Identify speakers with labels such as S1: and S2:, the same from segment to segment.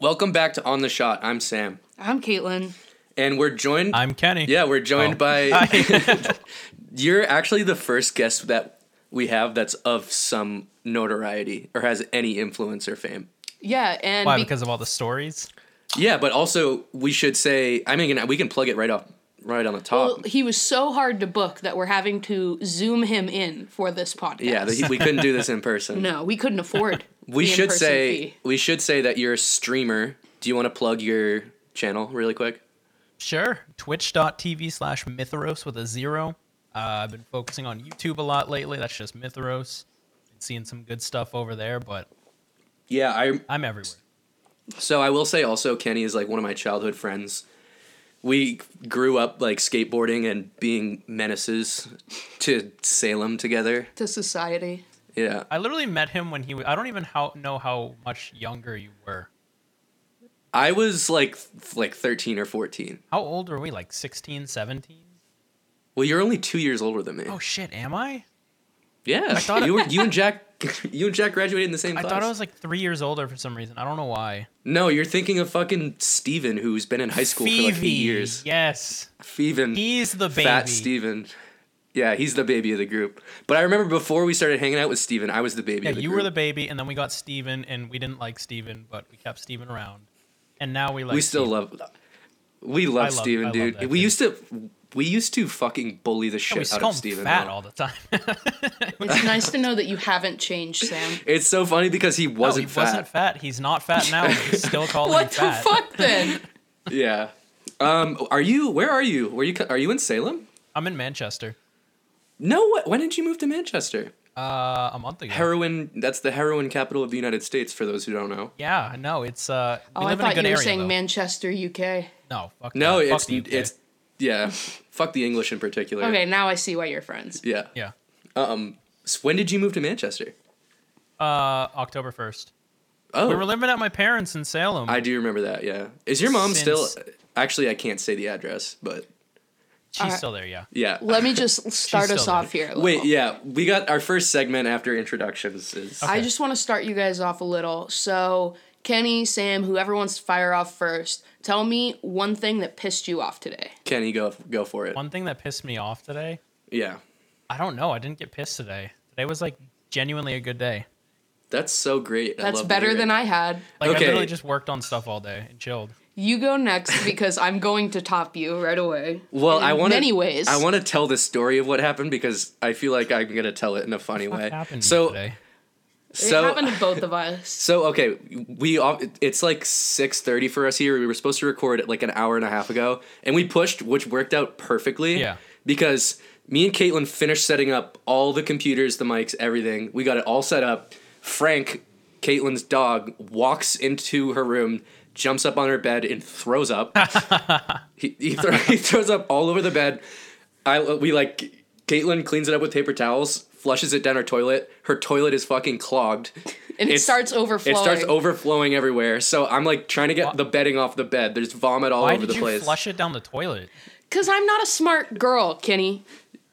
S1: Welcome back to On the Shot. I'm Sam,
S2: I'm Caitlin.
S1: and we're joined.
S3: I'm Kenny.
S1: yeah, we're joined
S3: Oh.
S1: by.
S3: Hi.
S1: You're actually the first guest that we have that's of some notoriety or has any influence or fame.
S2: Yeah, and
S3: Why?
S2: be-
S3: Because of all the stories.
S1: Yeah, but also we should say. I mean, we can plug it right off, right on the top.
S2: well, he was so hard to book that we're having to zoom him in for this podcast.
S1: yeah, the, we couldn't do this in person.
S2: no, we couldn't afford.
S1: we
S2: the
S1: should
S2: in-person
S1: say
S2: fee.
S1: we should say that you're a streamer. Do you want to plug your channel really quick?
S3: Sure. Twitch.tv slash Mythros with a zero. Uh, I've been focusing on YouTube a lot lately. That's just Mythros. Been seeing some good stuff over there, but
S1: Yeah, I
S3: I'm everywhere.
S1: So I will say also, Kenny is like one of my childhood friends. We grew up like skateboarding and being menaces to Salem together.
S2: to society.
S1: Yeah.
S3: I literally met him when he was. I don't even how, know how much younger you were.
S1: I was like th- like 13 or 14.
S3: How old were we? Like 16, 17?
S1: Well, you're only 2 years older than me.
S3: Oh, shit. Am I?
S1: yeah.
S3: thought-
S1: you were, you and Jack you and Jack graduated in the same
S3: I
S1: class.
S3: thought I was like three years older for some reason. I don't know why.
S1: No, you're thinking of fucking Steven who's been in high school for like 8 years.
S3: Yes.
S1: Steven.
S3: He's the baby.
S1: Fat Steven. Yeah, he's the baby of the group. But I remember before we started hanging out with Steven, I was the baby
S3: Yeah,
S1: of the
S3: you
S1: group.
S3: were the baby, and then we got Steven, and we didn't like Steven, but we kept Steven around. And now we like
S1: we still
S3: Steven.
S1: love we
S3: I
S1: love
S3: love-
S1: Steven,
S3: I love
S1: dude.
S3: that
S1: we
S3: kid.
S1: used to we used to fucking bully the
S3: Yeah, we
S1: shit
S3: just
S1: out
S3: call
S1: of
S3: him
S1: Steven.
S3: fat
S1: though.
S3: all the time.
S2: It's nice to know that you haven't changed, Sam.
S1: It's so funny because he
S3: No,
S1: wasn't
S3: he
S1: fat.
S3: wasn't fat. He's not fat now. We still call him
S2: what the
S3: fat.
S2: fuck then?
S1: Yeah. Um, are you? Where are you? Were you? co- Are you in Salem?
S3: I'm in Manchester.
S1: No. What? When did you move to Manchester?
S3: Uh, a month ago.
S1: Heroin. That's the heroin capital of the United States. For those who don't know.
S3: yeah, no, it's uh. We
S2: Oh, I
S3: live in a
S2: thought you
S3: good
S2: were
S3: area,
S2: saying
S3: though.
S2: Manchester, UK.
S3: No, fuck
S1: No,
S3: that. Fuck
S1: it's
S3: the UK.
S1: it's yeah. fuck the English in particular.
S2: Okay, now I see why you're friends.
S1: Yeah.
S3: yeah.
S1: Um. s- When did you move to Manchester?
S3: Uh, October first.
S1: Oh,
S3: We were living at my parents in Salem.
S1: I do remember that. Yeah. Is your mom still?
S3: Since-
S1: Actually, I can't say the address, but
S3: She's
S2: Alright.
S3: still there. Yeah.
S1: yeah.
S2: Let me just start
S3: still
S2: us
S3: there.
S2: off here. a little.
S1: Wait, yeah, we got our first segment after introductions. Is
S2: I
S3: Okay.
S2: just want to start you guys off a little. So, Kenny, Sam, whoever wants to fire off first, tell me one thing that pissed you off today.
S1: Kenny go go for it?
S3: One thing that pissed me off today.
S1: Yeah,
S3: I don't know. I didn't get pissed today. Today was like genuinely a good day.
S1: that's so great. I
S2: That's
S1: love to
S2: better
S1: hear
S2: than
S1: it.
S2: I had.
S3: Like
S1: Okay.
S3: I literally just worked on stuff all day and chilled.
S2: You go next because I'm going to top you right away.
S1: Well,
S2: In
S1: I want
S2: many ways.
S1: I want to tell the story of what happened because I feel like I'm gonna tell it in a funny way.
S3: What happened
S1: so
S3: today?
S2: it
S1: so
S2: happened to both of us.
S1: so okay. We all, it's like six thirty for us here. We were supposed to record it like an hour and a half ago, and we pushed, which worked out perfectly.
S3: Yeah.
S1: Because me and Caitlin finished setting up all the computers, the mics, everything. We got it all set up. Frank, Caitlin's dog, walks into her room, jumps up on her bed, and throws up. he, he, thro- he throws up all over the bed. I we like Caitlin cleans it up with paper towels, flushes it down her toilet. Her toilet is fucking clogged.
S2: And it
S1: it's-
S2: starts overflowing.
S1: It starts overflowing everywhere. So I'm like trying to get the bedding off the bed. There's vomit all
S3: Why
S1: over
S3: did
S1: the
S3: you
S1: place.
S3: flush it down the toilet?
S2: Because I'm not a smart girl, Kenny.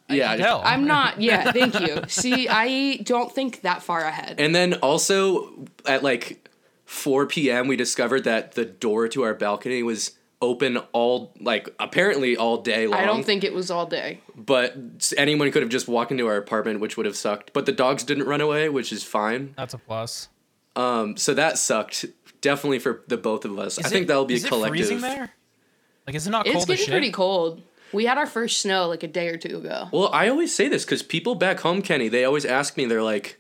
S1: yeah.
S3: No.
S2: I'm not. Yeah, thank you. See, I don't think that far ahead.
S1: And then also at like 4 p.m. we discovered that the door to our balcony was open all like apparently all day long.
S2: I don't think it was all day.
S1: but anyone could have just walked into our apartment, which would have sucked. But the dogs didn't run away, which is fine.
S3: That's a plus.
S1: Um, so that sucked definitely for the both of us. I
S3: Is
S1: think
S3: it-
S1: that'll be
S3: is
S1: a
S3: It
S1: collective.
S3: freezing there? Like, is it not
S2: It's
S3: cold as
S2: getting
S3: shit?
S2: pretty cold. We had our first snow like a day or two ago.
S1: Well, I always say this because people back home, Kenny, they always ask me, they're like,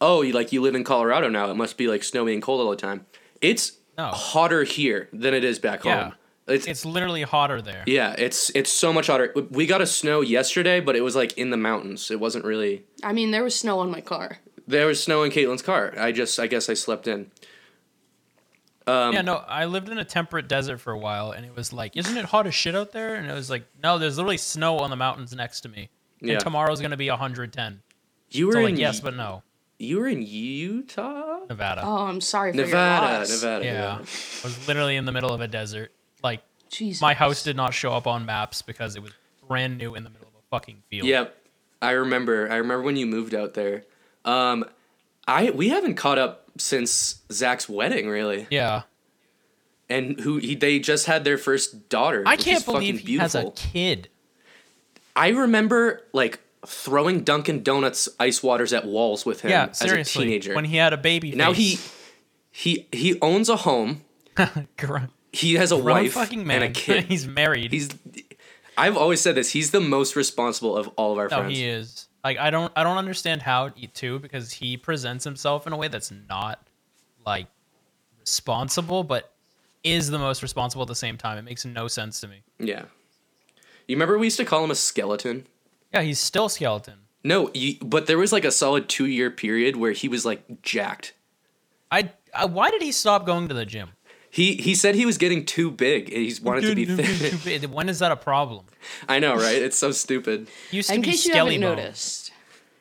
S1: "Oh, you like you live in Colorado now? It must be like snowy and cold all the time." It's
S3: No.
S1: hotter here than it is back
S3: Yeah.
S1: home. It's,
S3: It's literally hotter there.
S1: yeah, it's it's so much hotter. We got a snow yesterday, but it was like in the mountains. It wasn't really
S2: I mean, there was snow on my car.
S1: there was snow in Caitlin's car. I just I guess I slept in. Um,
S3: yeah, no, I lived in a temperate desert for a while, and it was like, isn't it hot as shit out there? And it was like, no, there's literally snow on the mountains next to me.
S1: Yeah.
S3: And tomorrow's gonna be 110.
S1: You were
S3: So
S1: in
S3: like, yes,
S1: Y-
S3: but no,
S1: you were in Utah,
S3: Nevada.
S2: Oh, I'm sorry for your
S1: Nevada,
S2: loss.
S1: Nevada.
S3: yeah,
S1: Nevada.
S3: I was literally in the middle of a desert. Like,
S2: Jesus.
S3: my house did not show up on maps because it was brand new in the middle of a fucking field.
S1: Yep. I remember. I remember when you moved out there. Um I we haven't caught up since Zach's wedding, really.
S3: Yeah.
S1: and who he, they just had their first daughter.
S3: I
S1: which is
S3: can't believe
S1: fucking
S3: he has
S1: beautiful.
S3: a kid.
S1: I remember like throwing Dunkin' Donuts ice waters at walls with him
S3: Yeah,
S1: as a
S3: seriously.
S1: teenager.
S3: When he had a baby,
S1: now he
S3: face.
S1: he he owns a home.
S3: grown,
S1: He has a
S3: grown
S1: wife
S3: fucking man.
S1: and a kid.
S3: he's married.
S1: He's I've always said this. He's the most responsible of all of our
S3: no,
S1: friends.
S3: he is. Like I don't, I don't understand how he too because he presents himself in a way that's not like responsible, but is the most responsible at the same time. It makes no sense to me.
S1: Yeah. You remember we used to call him a skeleton?
S3: Yeah, he's still skeleton.
S1: No, you, but there was like a solid two year period where he was like jacked.
S3: I, I why did he stop going to the gym?
S1: He he said he was getting too big. and He's wanted to be thin.
S3: when is that a problem?
S1: I know, right? It's so stupid.
S3: He used to
S2: In
S3: be
S2: case you
S3: skelly
S2: haven't
S3: bone.
S2: noticed,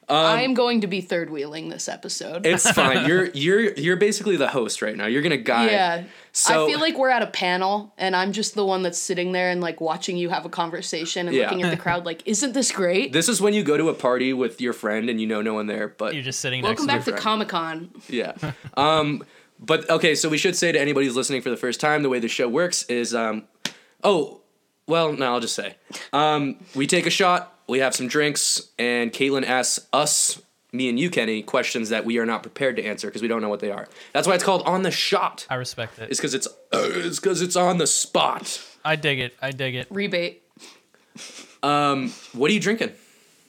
S1: Um,
S2: I'm going to be third wheeling this episode.
S1: It's fine. You're you're you're basically the host right now. You're gonna guide.
S2: yeah.
S1: So
S2: I feel like we're at a panel and I'm just the one that's sitting there and like watching you have a conversation and
S1: Yeah.
S2: looking at the crowd like, isn't this great?
S1: this is when you go to a party with your friend and you know no one there, but
S3: You're just sitting
S2: Welcome
S3: next
S2: back to
S1: friend.
S2: Comic Con.
S1: yeah. Um, but okay, so we should say to anybody who's listening for the first time, the way the show works is, um, oh, well, no, I'll just say, um, we take a shot, we have some drinks, and Caitlin asks us, me and you, Kenny, questions that we are not prepared to answer because we don't know what they are. That's why it's called on the shot.
S3: I respect it.
S1: It's because it's uh, it's because it's on the spot.
S3: I dig it. I dig it.
S2: Rebate.
S1: What are you drinking?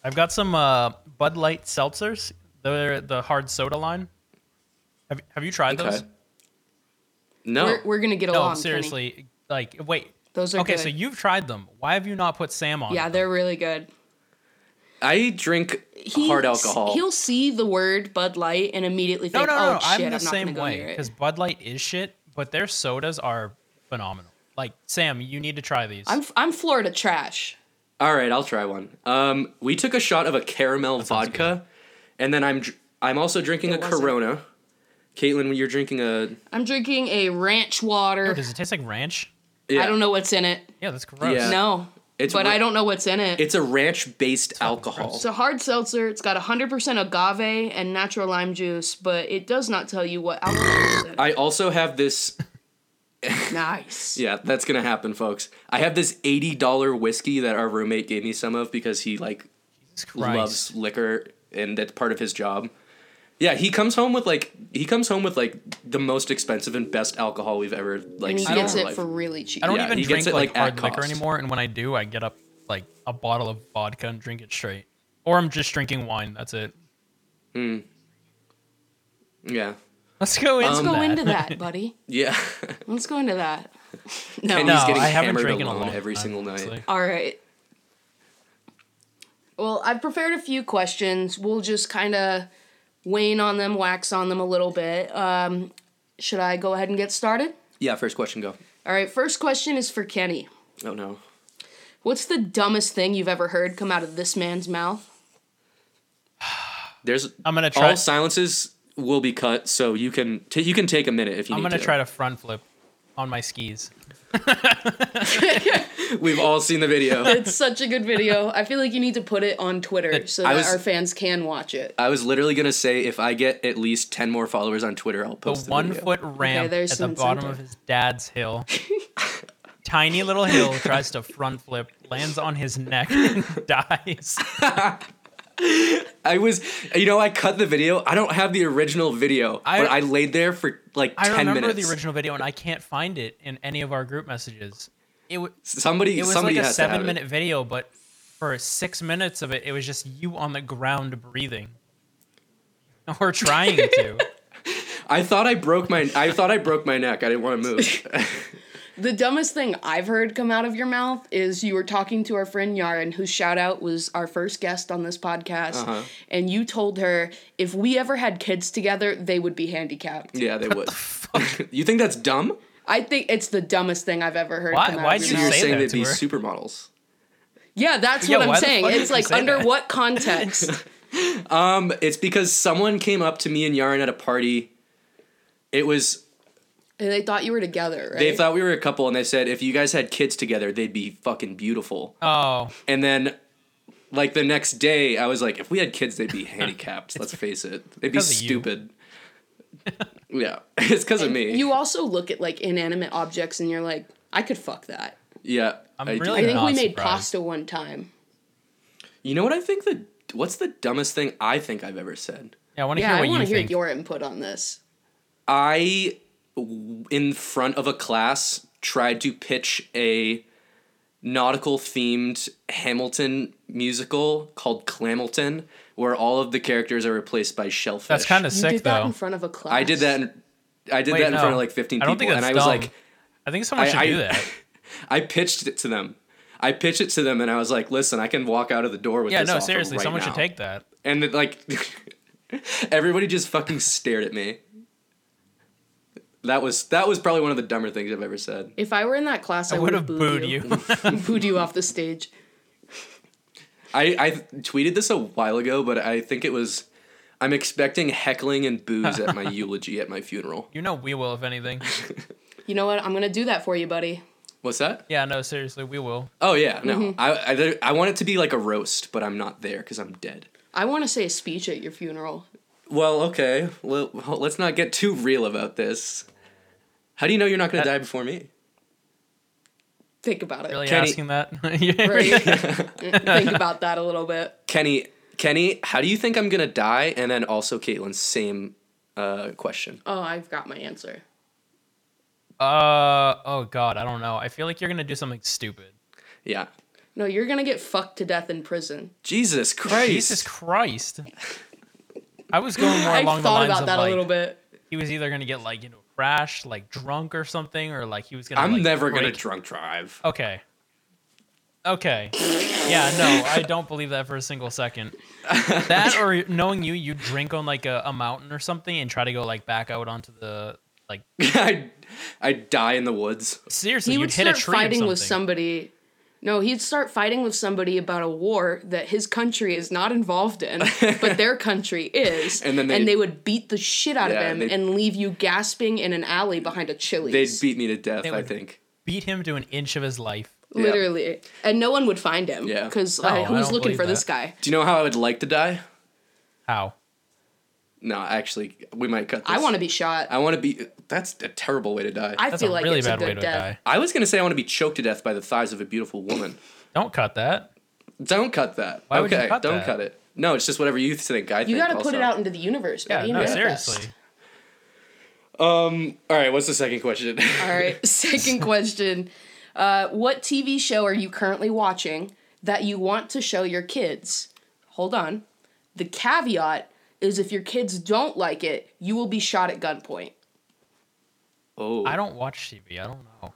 S3: I've got some uh, Bud Light seltzers. They're the hard soda line. Have Have you tried those?
S1: Okay. No,
S2: We're, we're gonna get
S3: No,
S2: along. Kenny.
S3: seriously. Like, wait.
S2: Those are
S3: okay.
S2: good.
S3: So you've tried them. Why have you not put Sam on?
S2: Yeah,
S3: them?
S2: they're really good.
S1: I drink
S2: He-
S1: hard alcohol.
S2: He'll see the word Bud Light and immediately
S3: No,
S2: think,
S3: no, no.
S2: "Oh shit,
S3: I'm the
S2: I'm not
S3: same
S2: gonna go
S3: way
S2: near
S3: because
S2: it."
S3: Bud Light is shit, but their sodas are phenomenal. Like Sam, you need to try these.
S2: I'm I'm Florida trash.
S1: All right, I'll try one. Um, we took a shot of a caramel vodka, and then I'm dr- I'm also drinking
S2: It
S1: a
S2: wasn't-
S1: Corona. Caitlin, you're drinking a.
S2: I'm drinking a ranch water.
S3: Does it taste like ranch?
S1: yeah.
S2: I don't know what's in it.
S3: Yeah, that's gross.
S1: Yeah.
S2: No,
S1: It's
S2: but
S1: ra-
S2: I don't know what's in it.
S1: It's a ranch based alcohol.
S2: It's a hard seltzer. It's got 100% agave and natural lime juice, but it does not tell you what alcohol is in it.
S1: I also have this.
S2: Nice.
S1: Yeah, that's gonna happen, folks. I have this eighty dollar whiskey that our roommate gave me some of because he like
S3: Jesus Christ.
S1: loves liquor and that's part of his job. Yeah, he comes home with like he comes home with like the most expensive and best alcohol we've ever like
S2: And he
S1: seen.
S2: gets
S1: in our
S2: it
S1: life.
S2: for really cheap.
S3: I don't
S1: Yeah,
S3: even
S1: he
S3: drink
S1: gets it,
S3: like,
S1: like, at
S3: hard liquor
S1: cost.
S3: anymore, and when I do, I get up like a bottle of vodka and drink it straight, or I'm just drinking wine. That's it.
S1: yeah,
S3: Let's go into
S2: Let's
S1: Um,
S2: go
S3: that.
S2: into that, buddy.
S1: yeah.
S2: Let's go into that. No.
S1: And
S3: No,
S1: he's getting
S3: I haven't
S1: hammered
S3: drinking
S1: alone
S3: alone
S1: every single night.
S2: All right. Well, I've prepared a few questions. We'll just kind of wane on them, wax on them a little bit. Um, should I go ahead and get started?
S1: Yeah, first question go.
S2: All right, first question is for Kenny.
S1: Oh no.
S2: What's the dumbest thing you've ever heard come out of this man's mouth?
S1: There's
S3: I'm gonna try.
S1: all silences will be cut, so you can t- you can take a minute if you
S3: I'm
S1: need
S3: gonna
S1: to.
S3: try to front flip on my skis.
S1: We've all seen the video.
S2: It's such a good video. I feel like you need to put it on Twitter so
S1: I
S2: that
S1: was-
S2: our fans can watch it.
S1: I was literally gonna say if I get at least ten more followers on Twitter, I'll
S3: The
S1: post the,
S3: one
S1: video.
S3: foot ramp
S2: there's
S3: at the
S2: some
S3: bottom of
S2: incentive.
S3: his dad's hill. Tiny little hill tries to front flip, lands on his neck, and dies.
S1: I was, you know, I cut the video. I don't have the original video,
S3: I-
S1: but I laid there for like
S3: I
S1: ten
S3: remember
S1: minutes.
S3: the original video, and I can't find it in any of our group messages. It, w-
S1: somebody,
S3: it was
S1: somebody
S3: like a
S1: has to have
S3: seven
S1: it.
S3: minute video, but for six minutes of it, it was just you on the ground breathing or trying to.
S1: I thought I broke my, I thought I broke my neck. I didn't want to move.
S2: The dumbest thing I've heard come out of your mouth is you were talking to our friend Yaren, whose shout out was our first guest on this podcast,
S1: Uh-huh.
S2: and you told her if we ever had kids together, they would be handicapped.
S1: yeah, they would. you think that's dumb?
S2: I think it's the dumbest thing I've ever heard.
S3: Why-
S2: come out
S3: why'd
S2: of
S1: So
S2: your
S3: you
S1: you're
S2: mouth.
S3: say
S1: saying
S3: that
S1: they'd
S3: to
S1: be
S3: her?
S1: supermodels?
S2: Yeah, that's
S3: Yeah,
S2: what
S3: why
S2: I'm
S3: the
S2: saying.
S3: fuck did
S2: It's
S3: you
S2: like
S3: say
S2: under
S3: that?
S2: what context?
S1: It's because someone came up to me and Yaren at a party. It was
S2: and they thought you were together, right?
S1: they thought we were a couple and they said if you guys had kids together, they'd be fucking beautiful.
S3: Oh,
S1: And then like the next day, I was like, if we had kids, they'd be handicapped. Let's face it. They'd be
S3: because of you.
S1: stupid. Yeah, it's because of me.
S2: You also look at like inanimate objects and you're like, I could fuck that.
S1: yeah,
S3: I'm
S1: do.
S3: really
S2: I think
S3: not
S2: we made
S3: surprised.
S2: pasta one time.
S1: You know what I think the what's the dumbest thing I think I've ever said?
S3: Yeah, I want to
S2: Yeah,
S3: hear
S2: I
S3: what
S2: want
S3: you
S2: to hear
S3: think.
S2: your input on this.
S1: I w- in front of a class tried to pitch a nautical themed Hamilton musical called Clamilton where all of the characters are replaced by shellfish.
S3: That's kind of
S2: You
S3: sick
S2: did that
S3: though.
S2: in front of a class.
S1: I did that in, I did
S3: Wait,
S1: that in front
S3: no.
S1: of like 15
S3: I
S1: people
S3: don't think
S1: and
S3: that's
S1: I was
S3: dumb.
S1: like
S3: I think someone
S1: I-
S3: should
S1: I-
S3: do that.
S1: I pitched it to them. I pitched it to them and I was like, "Listen, I can walk out of the door with
S3: Yeah,
S1: this
S3: no,
S1: offer
S3: seriously,
S1: right
S3: someone should
S1: now."
S3: take that.
S1: And it, like, everybody just fucking stared at me. That was that was probably one of the dumber things I've ever said.
S2: If I were in that class, I,
S3: I
S2: would have booed you.
S3: you.
S2: booed you off the stage.
S1: I, I tweeted this a while ago, but I think it was I'm expecting heckling and booze at my eulogy at my funeral.
S3: You know we will if anything.
S2: You know what? I'm gonna do that for you, buddy.
S1: What's that?
S3: Yeah, no, seriously, we will.
S1: Oh yeah, no. I, I I want it to be like a roast, but I'm not there because I'm dead.
S2: I want to say a speech at your funeral.
S1: Well, okay. Well, let's not get too real about this. How do you know you're not going to die before me?
S2: Think about it.
S3: Really
S1: Kenny-
S3: asking that?
S2: Right? Think about that a little bit.
S1: Kenny, Kenny, how do you think I'm gonna die? And then also Caitlin, same uh, question.
S2: Oh, I've got my answer.
S3: Uh oh god, I don't know. I feel like you're gonna do something stupid.
S1: Yeah.
S2: No, you're gonna get fucked to death in prison.
S1: Jesus Christ.
S3: Jesus Christ. I was going more
S2: I
S3: along the
S2: thought
S3: lines
S2: about
S3: of
S2: that
S3: like
S2: a little bit.
S3: he was either gonna get like into a crash, like drunk or something, or like he was gonna.
S1: I'm
S3: like,
S1: never gonna
S3: break-
S1: drunk drive.
S3: Okay. Okay. yeah, no, I don't believe that for a single second. That or knowing you, you drink on like a, a mountain or something and try to go like back out onto the like
S1: I I die in the woods.
S3: seriously,
S2: He
S3: you'd
S2: would
S3: hit a
S2: start
S3: tree or
S2: fighting
S3: something.
S2: with somebody. No, he'd start fighting with somebody about a war that his country is not involved in, but their country is.
S1: And then
S2: and
S1: they'd-
S2: they would beat the shit out
S1: Yeah,
S2: of him
S1: they'd-
S2: and leave you gasping in an alley behind a Chili's.
S1: They'd beat me to death.
S3: They
S1: I
S3: would-
S1: think.
S3: Beat him to an inch of his life.
S1: Yeah.
S2: literally and no one would find him
S1: Yeah.
S2: because
S3: No, Oh, I
S2: uh, who's
S3: don't
S2: looking
S3: believe
S2: for this
S3: that.
S2: guy
S1: Do you know how I would like to die?
S3: How?
S1: No, actually, we might cut. This.
S2: i want to be shot
S1: I want to be. That's a terrible way to die. I,
S2: i
S3: That's
S2: feel
S3: a
S2: like
S3: really
S2: it's
S3: bad
S2: a good
S3: way to
S2: death
S3: die.
S1: was gonna say I want to be choked to death by the thighs of a beautiful woman.
S3: Don't cut that.
S1: don't cut that.
S3: Why
S1: okay,
S3: would you cut
S1: don't
S3: that?
S1: cut it. No, it's just whatever you think. I
S2: you
S1: think.
S2: got to
S1: also.
S2: put it out into the universe
S3: Yeah,
S2: buddy.
S3: no,
S2: Manifest.
S3: seriously.
S1: All right. What's the second question?
S2: all right second question uh, what tv show are you currently watching that you want to show your kids hold on the caveat is if your kids don't like it you will be shot at gunpoint
S1: oh,
S3: I don't watch TV. I don't know.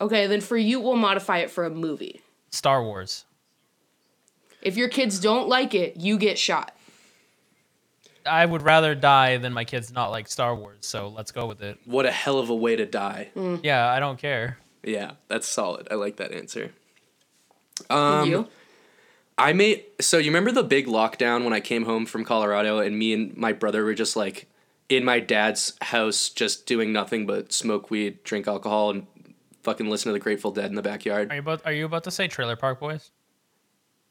S2: okay then for you we'll modify it for a movie
S3: Star Wars.
S2: if your kids don't like it you get shot
S3: I would rather die than my kids not like Star Wars, so let's go with it.
S1: What a hell of a way to die.
S3: Yeah, I don't care.
S1: Yeah, that's solid. I like that answer.
S2: And
S1: Um,
S2: you
S1: I made so you remember the big lockdown when I came home from Colorado and me and my brother were just like in my dad's house just doing nothing but smoke weed, drink alcohol and fucking listen to the Grateful Dead in the backyard.
S3: Are you about are you about to say Trailer Park Boys?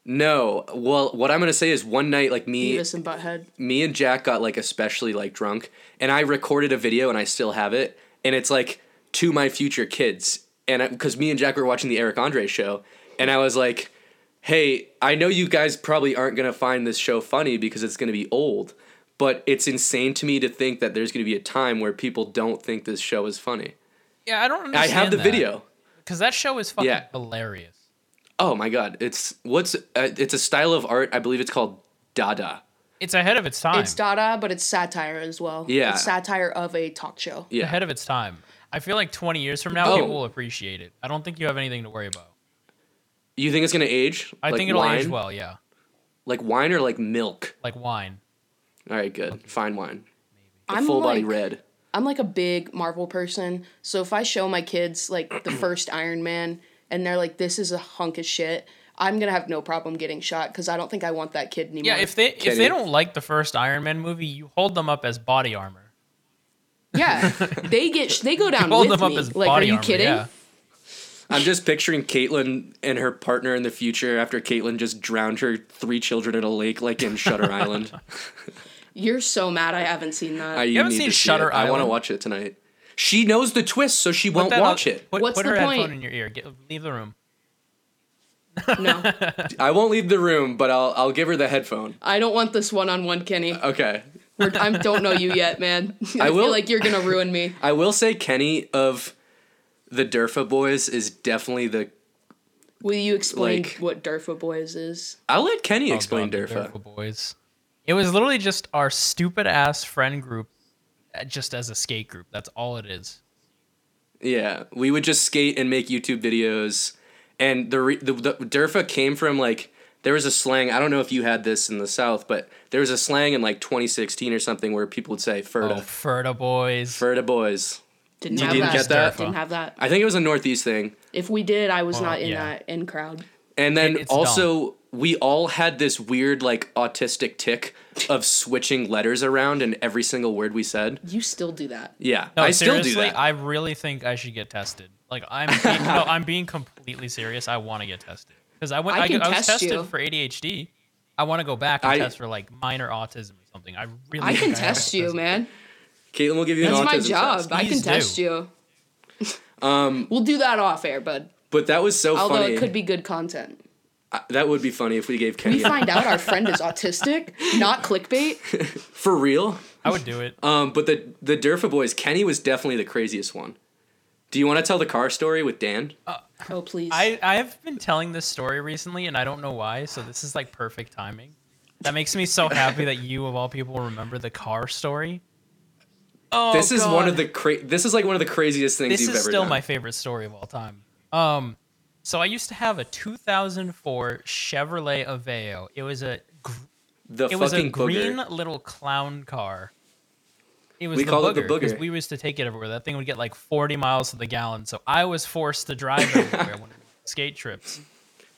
S1: No. Well, what I'm going to say is one night like me
S2: Beavis and Butthead.
S1: me and Jack got like especially like drunk and I recorded a video and I still have it and it's like to my future kids and because me and Jack were watching the Eric Andre show and I was like hey I know you guys probably aren't gonna find this show funny because it's gonna be old but it's insane to me to think that there's gonna be a time where people don't think this show is funny
S3: Yeah, I don't
S1: I
S3: understand.
S1: have the video
S3: Because that show is fucking
S1: Yeah.
S3: hilarious.
S1: oh my god it's what's uh, it's a style of art I believe it's called Dada
S3: It's ahead of its time.
S2: It's Dada, but it's satire as well.
S1: Yeah.
S2: It's satire of a talk show.
S1: yeah
S3: Ahead of its time. I feel like 20 years from now,
S1: Oh.
S3: people will appreciate it. I don't think you have anything to worry about.
S1: you think it's gonna age
S3: I
S1: Like
S3: think it'll age
S1: wine?
S3: well, yeah.
S1: like wine or like milk
S3: Like wine.
S1: All right, good. Fine wine. The
S2: I'm
S1: full body
S2: like-
S1: red.
S2: I'm like a big Marvel person, so if I show my kids like the first Iron Man and they're like, "This is a hunk of shit," I'm gonna have no problem getting shot because I don't think I want that kid anymore.
S3: Yeah, if they if
S1: Kenny.
S3: they don't like the first Iron Man movie, you hold them up as body armor.
S2: yeah, they get sh- they go down
S3: Hold
S2: with
S3: them up
S2: me.
S3: as
S2: like,
S3: body
S2: are you
S3: armor.
S2: kidding?
S3: Yeah.
S1: I'm just picturing Caitlyn and her partner in the future after Caitlyn just drowned her three children in a lake like in Shutter Island.
S2: You're so mad I haven't seen that.
S1: I, you
S3: haven't
S1: need
S3: seen
S1: to see
S3: Shutter
S1: it. I want to
S3: Island?
S1: watch it tonight. She knows the twist, so she won't
S3: that
S1: watch
S3: up-
S1: it.
S3: Put,
S2: What's
S3: put
S2: the
S3: her
S2: point?
S3: headphone in your ear. Get, leave the room.
S2: no,
S1: I won't leave the room, but I'll I'll give her the headphone.
S2: I don't want this one on one, Kenny.
S1: Okay.
S2: We're, I don't know you yet, man. I,
S1: Uh, will-
S2: feel like you're gonna ruin me.
S1: I will say Kenny of the Durfa boys is definitely the
S2: Will you explain
S1: Like-
S2: what Durfa Boys is?
S1: I'll let Kenny
S3: Oh,
S1: explain
S3: God, the
S1: Durfa.
S3: Durfa boys. It was literally just our stupid ass friend group, uh, just as a skate group. That's all it is.
S1: Yeah, we would just skate and make YouTube videos, and the, re- the the Durfa came from like there was a slang. I don't know if you had this in the South, but there was a slang in like 2016 or something where people would say
S3: Oh,
S1: "Ferda,
S3: Ferda boys.
S1: Ferda boys."
S2: Didn't
S1: You
S2: have
S1: didn't
S2: that.
S1: get that?
S2: Didn't have that.
S1: I think it was a Northeast thing,
S2: If we did, I was
S3: Well,
S2: not in
S3: yeah.
S2: that in crowd.
S1: and then
S3: it's
S1: also we all had this weird like autistic tick of switching letters around in every single word we said.
S2: You still do that.
S1: Yeah,
S3: no,
S1: I still
S3: seriously,
S1: do that.
S3: I really think I should get tested. Like I'm, being, no, I'm being completely serious. I want to get tested because I went.
S2: I
S3: I,
S2: can
S3: I was
S2: test
S3: tested
S2: you.
S3: for ADHD. I want to go back and
S1: I-
S3: test for like minor autism or something. I really.
S2: I can
S3: think have
S2: test you,
S3: autism.
S2: man.
S1: Caitlin will give you an
S2: That's
S1: autism
S2: my job.
S1: test.
S2: I can
S3: Please do.
S2: test you. um, we'll do that off air, bud.
S1: But that was so
S2: Although
S1: funny.
S2: it could be good content.
S1: I- that would be funny if we gave Kenny
S2: We
S1: a-
S2: find out our friend is autistic, not clickbait.
S1: for real.
S3: I would do it.
S1: Um, but the the Durfa boys, Kenny was definitely the craziest one. Do you want to tell the car story with Dan?
S2: Oh please.
S3: I I've been telling this story recently, and I don't know why. So this is like perfect timing. That makes me so happy that you of all people remember the car story. Oh,
S1: this is one
S3: God.
S1: of the cra- this is like one of the craziest things
S3: This
S1: you've
S3: is
S1: ever
S3: still
S1: done.
S3: my favorite story of all time. Um, so I used to have a 2004 Chevrolet Aveo. It was a gr-
S1: the
S3: it
S1: fucking
S3: was a
S1: booger.
S3: green little clown car. It was
S1: We
S3: the
S1: call
S3: booger,
S1: it the
S3: 'cause
S1: booger.
S3: We used to take it everywhere. That thing would get like 40 miles to the gallon, so I was forced to drive everywhere when skate trips.